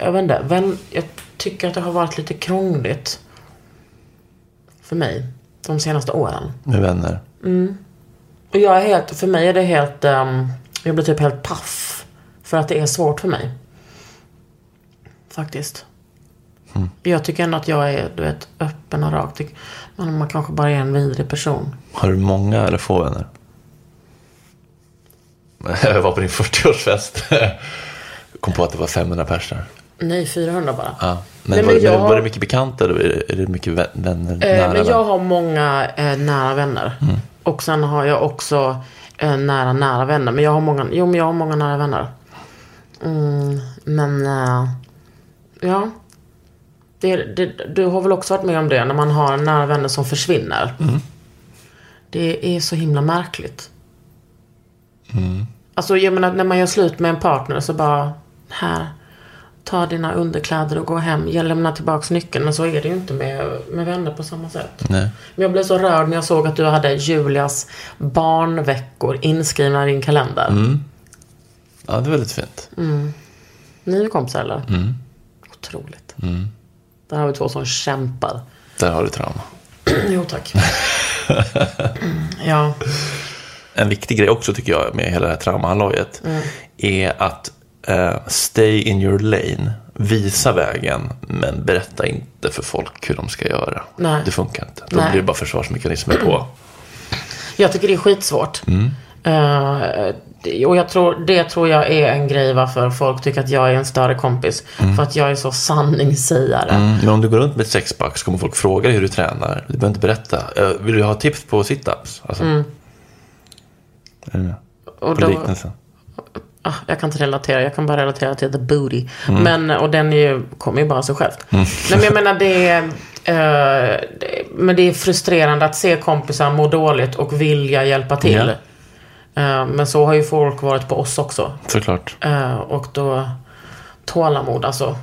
Speaker 1: jag vet inte, vän, jag tycker att det har varit lite krångligt för mig de senaste åren.
Speaker 3: Med vänner.
Speaker 1: Och jag är helt, för mig är det helt, ehm, jag blir typ helt paff. För att det är svårt för mig. Faktiskt. Jag tycker ändå att jag är, du vet, öppen och rak. Tyck- Men man kanske bara är en vidrig person.
Speaker 3: Har du många eller få vänner? Jag var på din 40-årsfest. Kom på att det var 500 personer.
Speaker 1: Nej, 400 bara.
Speaker 3: Ja. Men,
Speaker 1: Nej,
Speaker 3: var,
Speaker 1: men
Speaker 3: men
Speaker 1: jag-
Speaker 3: var det mycket bekanta då? Är det, är det mycket vä- vänner?
Speaker 1: Eh,
Speaker 3: nära
Speaker 1: men jag
Speaker 3: vänner?
Speaker 1: har många eh, nära vänner. Och sen har jag också eh, nära, nära vänner. Men jag har många, jo, men jag har många nära vänner. Mm, men, eh, ja. Det, det, du har väl också varit med om det, när man har nära vänner som försvinner. Det är så himla märkligt. Alltså, jag menar, när man gör slut med en partner så bara, här. Ta dina underkläder och gå hem. Jag lämnar tillbaks nyckeln. Men så är det ju inte med, med vänner på samma sätt.
Speaker 3: Nej.
Speaker 1: Men jag blev så rörd när jag såg att du hade Julias barnveckor inskrivna i din kalender.
Speaker 3: Mm. Ja, det var lite fint.
Speaker 1: Ni är kompisar eller? Mm. Otroligt.
Speaker 3: Mm.
Speaker 1: Där har vi två som kämpar.
Speaker 3: Där har du trauma.
Speaker 1: jo tack. Mm, ja.
Speaker 3: En viktig grej också tycker jag med hela det här traumahallojet
Speaker 1: Mm.
Speaker 3: är att eh, stay in your lane. Visa vägen, men berätta inte för folk hur de ska göra.
Speaker 1: Nej.
Speaker 3: Det funkar inte. Då
Speaker 1: Nej.
Speaker 3: blir det bara försvarsmekanismer på.
Speaker 1: Jag tycker det är skitsvårt.
Speaker 3: Mm.
Speaker 1: Eh, det- och jag tror, det tror jag är en grej varför folk tycker att jag är en större kompis. För att jag är så sanningssägare.
Speaker 3: Mm, Men om du går runt med ett sexpack så kommer folk fråga dig hur du tränar. Du behöver inte berätta. Eh, Vill du ha tips på situps? Alltså, Är du med?
Speaker 1: Och
Speaker 3: På
Speaker 1: Mm, då-
Speaker 3: liknelsen.
Speaker 1: Ah, jag kan inte relatera, jag kan bara relatera till the booty. Men, och den är ju, kommer ju bara av sig själv. Nej, men jag menar det är, eh, det, men det är frustrerande att se kompisar må dåligt och vilja hjälpa till. Eh, men så har ju folk varit på oss också.
Speaker 3: Såklart.
Speaker 1: Eh, och då, tålamod alltså.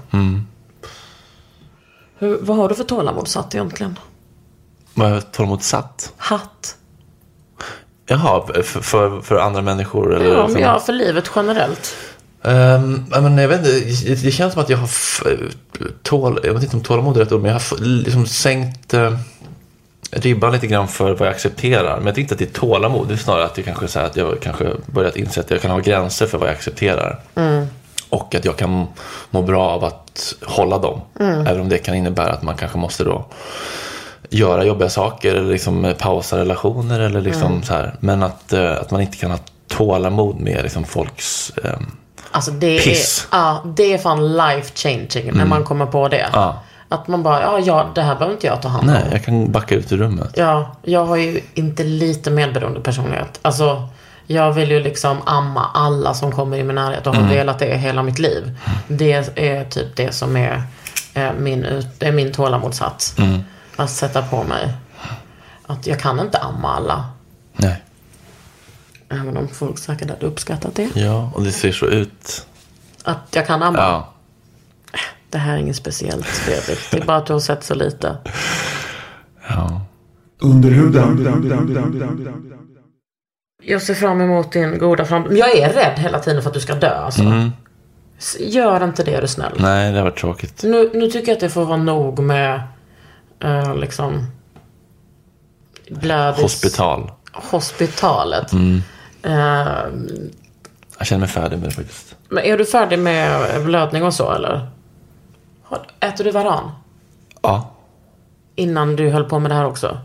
Speaker 1: Hur, vad har du för tålamod satt egentligen?
Speaker 3: Vad har tålamod satt?
Speaker 1: Hatt?
Speaker 3: Jaha, för, för, för andra människor? Eller
Speaker 1: Ja,
Speaker 3: för-
Speaker 1: men ja, för livet generellt.
Speaker 3: Ehm, ja, men jag vet inte, det, det känns som att jag har f- tål, jag vet inte om tålamod är rätt ord, men jag har f- liksom sänkt eh, ribban lite grann för vad jag accepterar. Men jag tycker inte att det är tålamod, det är snarare att, det kanske är så här att jag kanske börjat inse att jag kan ha gränser för vad jag accepterar. Och att jag kan må bra av att hålla dem. Även om det kan innebära att man kanske måste då göra jobbiga saker eller liksom eh, pausa relationer eller liksom så här. Men att, eh, att man inte kan ha tålamod med liksom folks ehm,
Speaker 1: Alltså det
Speaker 3: Piss. Mm.
Speaker 1: är, ja, det är fan life changing när man kommer på det.
Speaker 3: Ja.
Speaker 1: Att man bara, ja, ja, det här behöver inte jag ta hand om.
Speaker 3: Nej, jag kan backa ut ur rummet.
Speaker 1: Ja, jag har ju inte lite medberoende personlighet. Alltså, jag vill ju liksom amma alla som kommer i min närhet och har
Speaker 3: Mm.
Speaker 1: velat det hela mitt liv. Det är typ det som är eh, min, ut- det är min tålamodssats.
Speaker 3: Mm.
Speaker 1: Att sätta på mig. Att jag kan inte amma alla.
Speaker 3: Nej.
Speaker 1: Även om folk säkert hade uppskattat det.
Speaker 3: Ja, och det ser så ut.
Speaker 1: Att jag kan amma.
Speaker 3: Ja.
Speaker 1: Det här är inget speciellt Fredrik. Det är bara att du har sett så lite.
Speaker 3: ja.
Speaker 1: Jag ser fram emot din goda framtid. Men jag är rädd hela tiden för att du ska dö alltså. S- Gör inte det är du snäll.
Speaker 3: Mm. Nej, det har varit tråkigt.
Speaker 1: Nu, nu tycker jag att det får vara nog med eh, liksom Blödis...
Speaker 3: Hospital. Mm.
Speaker 1: Hospitalet. Eh,
Speaker 3: Jag känner mig färdig med det faktiskt.
Speaker 1: men är du färdig med blödning och så eller? Har- Äter du varan?
Speaker 3: Ja,
Speaker 1: Innan du höll på med det här också?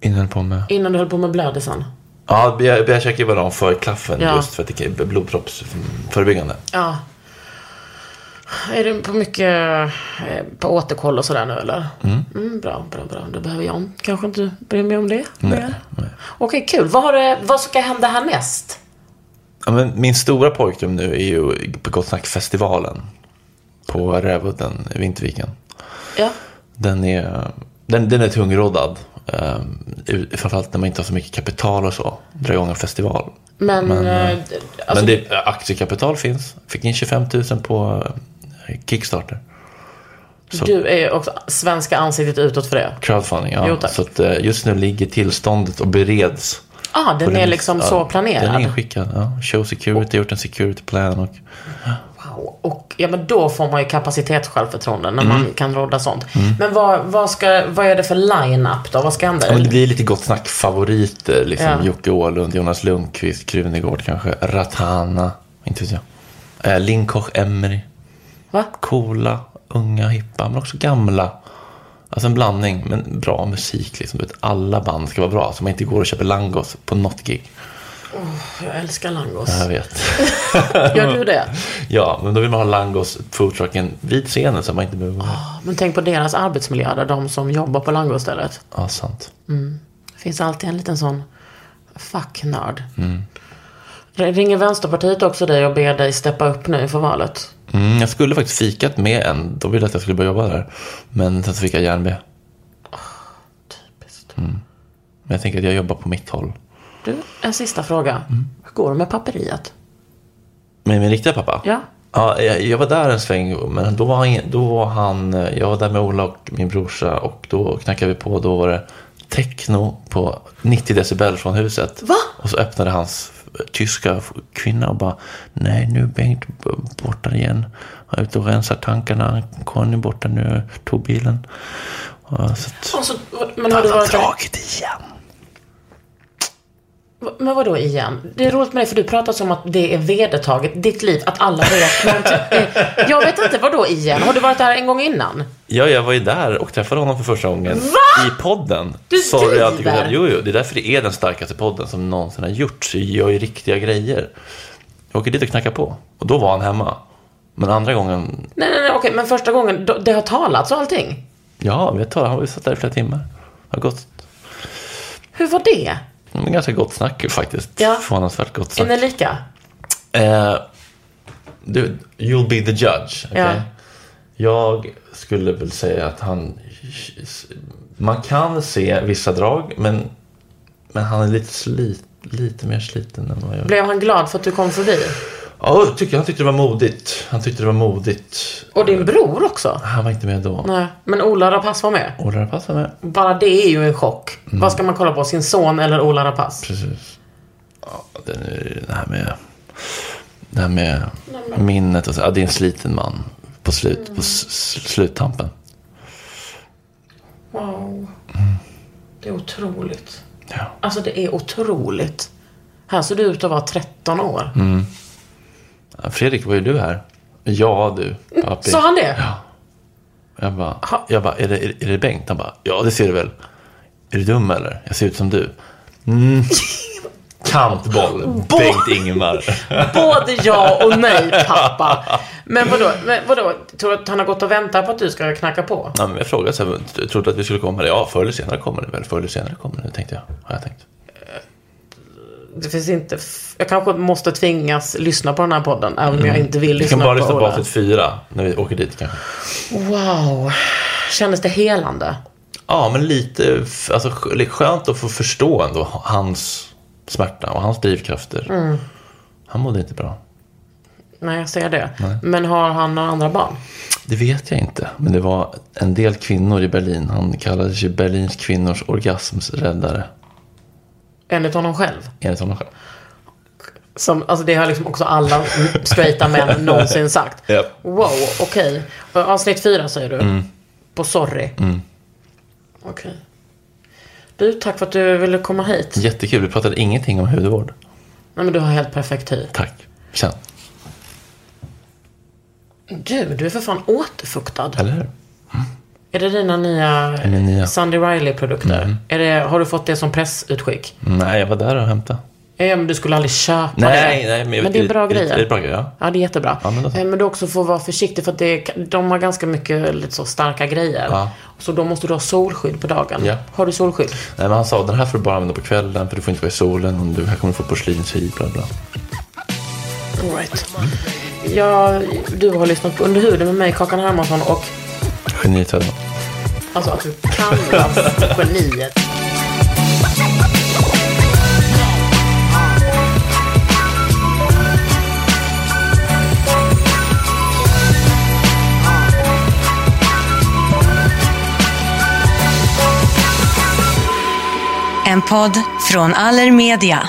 Speaker 3: innan jag höll på med...
Speaker 1: Innan du höll på med blödisen?
Speaker 3: Ja, jag, jag käkar ju bara om för klaffen
Speaker 1: Ja.
Speaker 3: just för att det kan- blodproppsförebyggande.
Speaker 1: Ja. Är du på mycket eh, på återkoll och sådär nu eller? Mm. bra, bra, bra. Då behöver jag kanske inte bry mig om det mer. Okej, kul. Vad, har du, vad ska hända härnäst?
Speaker 3: Ja, men min stora pojkdröm nu är ju på Gott Snack-festivalen på Rävudden i Vinterviken.
Speaker 1: Ja.
Speaker 3: Den är, den, den är tungroddad. Um, framförallt när man inte har så mycket kapital och så. Dra igång en festival.
Speaker 1: Men, eh, d- alltså,
Speaker 3: men det, aktiekapital finns. Fick in 25 000 på eh, Kickstarter. så-
Speaker 1: du är ju också svenska ansiktet utåt för det.
Speaker 3: Crowdfunding,
Speaker 1: Jo,
Speaker 3: ja.
Speaker 1: tack.
Speaker 3: så att, eh, just nu ligger tillståndet och bereds.
Speaker 1: Ah, den
Speaker 3: På
Speaker 1: är
Speaker 3: remiss.
Speaker 1: liksom
Speaker 3: Ja,
Speaker 1: så
Speaker 3: Den är
Speaker 1: planerad.
Speaker 3: inskickad. Ja. Show Security har gjort en security plan. Och,
Speaker 1: Wow. Och ja, men då får man ju kapacitetssjälvförtroende när
Speaker 3: Mm.
Speaker 1: man kan rodda sånt. Men vad, vad, ska, vad är det för line-up då? Vad ska hända?
Speaker 3: ja, men det blir lite Gott Snack-favoriter. Liksom.
Speaker 1: Ja.
Speaker 3: Jocke Åhlund, Jonas Lundqvist, Krunegård kanske. Ratana, inte vet jag. Eh, Linn Koch Emery.
Speaker 1: Va?
Speaker 3: Coola, unga, hippa, men också gamla. Alltså en blandning, men bra musik. Liksom. Du vet, alla band ska vara bra, så man inte går och köper langos på något gig.
Speaker 1: Jag älskar langos.
Speaker 3: Jag vet.
Speaker 1: Gör du det?
Speaker 3: Ja, men då vill man ha langos foodtrucken vid scenen så man inte behöver...
Speaker 1: Men tänk på deras arbetsmiljö där de som jobbar på langostället.
Speaker 3: Ja, sant.
Speaker 1: Det finns alltid en liten sån fucknörd. R- Ringer Vänsterpartiet också dig och ber dig steppa upp nu inför valet?
Speaker 3: Mm, jag skulle faktiskt fikat med en. De ville att jag skulle börja jobba där. Men sen så fick jag järnbe.
Speaker 1: Typiskt.
Speaker 3: Men jag tänker att jag jobbar på mitt håll.
Speaker 1: Du, en sista fråga. Hur går det med papperiet?
Speaker 3: Med min riktiga pappa?
Speaker 1: Ja.
Speaker 3: Ja, jag, jag var där en sväng, men då var, han, ingen- då var han... eh, Jag var där med Ola och min brorsa och då knackade vi på. Då var det techno på 90 decibel från huset.
Speaker 1: Va?
Speaker 3: Och så öppnade hans tyska kvinna och bara Nej, nu är Bengt b- borta igen. Han är ute och rensar tankarna. Conny är borta nu, tog bilen. Ja, Så att,
Speaker 1: Alltså, men har
Speaker 3: han
Speaker 1: du
Speaker 3: har
Speaker 1: varit där?
Speaker 3: dragit igen.
Speaker 1: Men vadå igen? Det är roligt med dig för du pratar som att det är vedertaget, ditt liv, att alla vet någonting. Eh, Jag vet inte, vadå igen? Har du varit där en gång innan?
Speaker 3: Ja, jag var ju där och träffade honom för första gången i podden.
Speaker 1: Du driver!
Speaker 3: att jag- jo, jo, det är därför det är den starkaste podden som någonsin har gjorts. Jag gör ju riktiga grejer. Jag åker dit och knackar på. Och då var han hemma. Men andra gången,
Speaker 1: Nej, nej, nej, okej, men första gången, då- det har talats och allting.
Speaker 3: ja, vi tar, han har ju satt där i flera timmar. Det har gått,
Speaker 1: Hur var det?
Speaker 3: men ganska gott snack faktiskt.
Speaker 1: Ja.
Speaker 3: Förvånansvärt gott
Speaker 1: Är
Speaker 3: snack.
Speaker 1: ni lika?
Speaker 3: Eh, du, you'll be the judge. okej?
Speaker 1: Ja.
Speaker 3: Jag skulle väl säga att han... Man kan se vissa drag, men, men han är lite, slit, lite mer sliten än vad jag...
Speaker 1: Blev han glad för att du kom förbi?
Speaker 3: Ja, jag tycker, han tyckte det var modigt. Han tyckte det var modigt.
Speaker 1: Och din bror också?
Speaker 3: Han var inte med då.
Speaker 1: Nej, men Ola Rapace var med.
Speaker 3: Ola Rapace var med.
Speaker 1: Bara det är ju en chock. Vad ska man kolla på? Sin son eller Ola Rapace?
Speaker 3: Mm. Precis. Ja, det, nu, det här med... Det här med minnet och så. Ja, det är en sliten man på, slut,
Speaker 1: Mm.
Speaker 3: på s- s- sluttampen.
Speaker 1: Wow. Det är otroligt.
Speaker 3: Mm. Ja.
Speaker 1: Alltså det är otroligt. Här ser du ut att vara 13 år.
Speaker 3: Mm, Fredrik, var ju du här? Ja, du. Pappi.
Speaker 1: Sa Mm. han det?
Speaker 3: Ja. Jag bara,
Speaker 1: Ha-
Speaker 3: jag bara är, det, är det Bengt? Han bara, ja det ser du väl. Är du dum eller? Jag ser ut som du. Mm. Kantboll. Bengt Ingemar.
Speaker 1: Både ja och nej pappa. Men vadå, men vadå? Tror du att han har gått och väntat på att du ska knacka på?
Speaker 3: ja, men jag frågade så här, "Tro- trodde att vi skulle komma? Ja, förr eller senare kommer det väl. Förr eller senare kommer det, tänkte jag. Har jag tänkt.
Speaker 1: Det finns inte... f- Jag kanske måste tvingas lyssna på den här podden även om jag inte vill
Speaker 3: Mm. Vi
Speaker 1: lyssna
Speaker 3: kan
Speaker 1: på
Speaker 3: bara lyssna på
Speaker 1: Ola.
Speaker 3: avsnitt fyra när vi åker dit kanske.
Speaker 1: Wow. Kändes det helande?
Speaker 3: Ja, men lite f- alltså, sk- skönt att få förstå ändå hans smärta och hans drivkrafter.
Speaker 1: Mm.
Speaker 3: Han mådde inte bra.
Speaker 1: Nej, jag ser det. Men har han några andra barn?
Speaker 3: Det vet jag inte, men det var en del kvinnor i Berlin. Han kallade sig Berlins kvinnors orgasmsräddare,
Speaker 1: Enligt honom själv?
Speaker 3: enligt honom själv.
Speaker 1: Som, alltså det har liksom också alla straighta män någonsin sagt.
Speaker 3: Japp. Mm.
Speaker 1: Wow, okej. Avsnitt fyra säger du? På Sorry? Okej. Du, tack för att du ville komma hit.
Speaker 3: Jättekul. Vi pratade ingenting om hudvård.
Speaker 1: Nej, men du har helt perfekt hy.
Speaker 3: Tack. Sen.
Speaker 1: Du, du är för fan återfuktad.
Speaker 3: Eller hur?
Speaker 1: Är det dina nya,
Speaker 3: är min nya.
Speaker 1: Sandy Riley-produkter? Är det, har du fått det som pressutskick?
Speaker 3: Nej, jag var där och hämtade.
Speaker 1: Ja, men du skulle aldrig köpa
Speaker 3: Nej,
Speaker 1: det.
Speaker 3: nej, men jag
Speaker 1: det är
Speaker 3: vet-
Speaker 1: bra
Speaker 3: det- det är
Speaker 1: grejer.
Speaker 3: bra grejer, ja.
Speaker 1: ja, det är jättebra.
Speaker 3: Ja, men
Speaker 1: men,
Speaker 3: då så.
Speaker 1: men du också får vara försiktig för att det, de har ganska mycket lite så starka grejer.
Speaker 3: Ja.
Speaker 1: Så då måste du ha solskydd på dagen.
Speaker 3: Ja.
Speaker 1: Har du solskydd?
Speaker 3: Nej, men han sa den här får du bara använda på kvällen för du får inte vara i solen och du här kommer du få porslinshy, bla bla.
Speaker 1: All right. Ja, du har lyssnat på Under huden med mig, Kakan Hermansson och
Speaker 3: Geniet hörde man.
Speaker 1: alltså att du kallas geniet.
Speaker 2: En podd från Allermedia.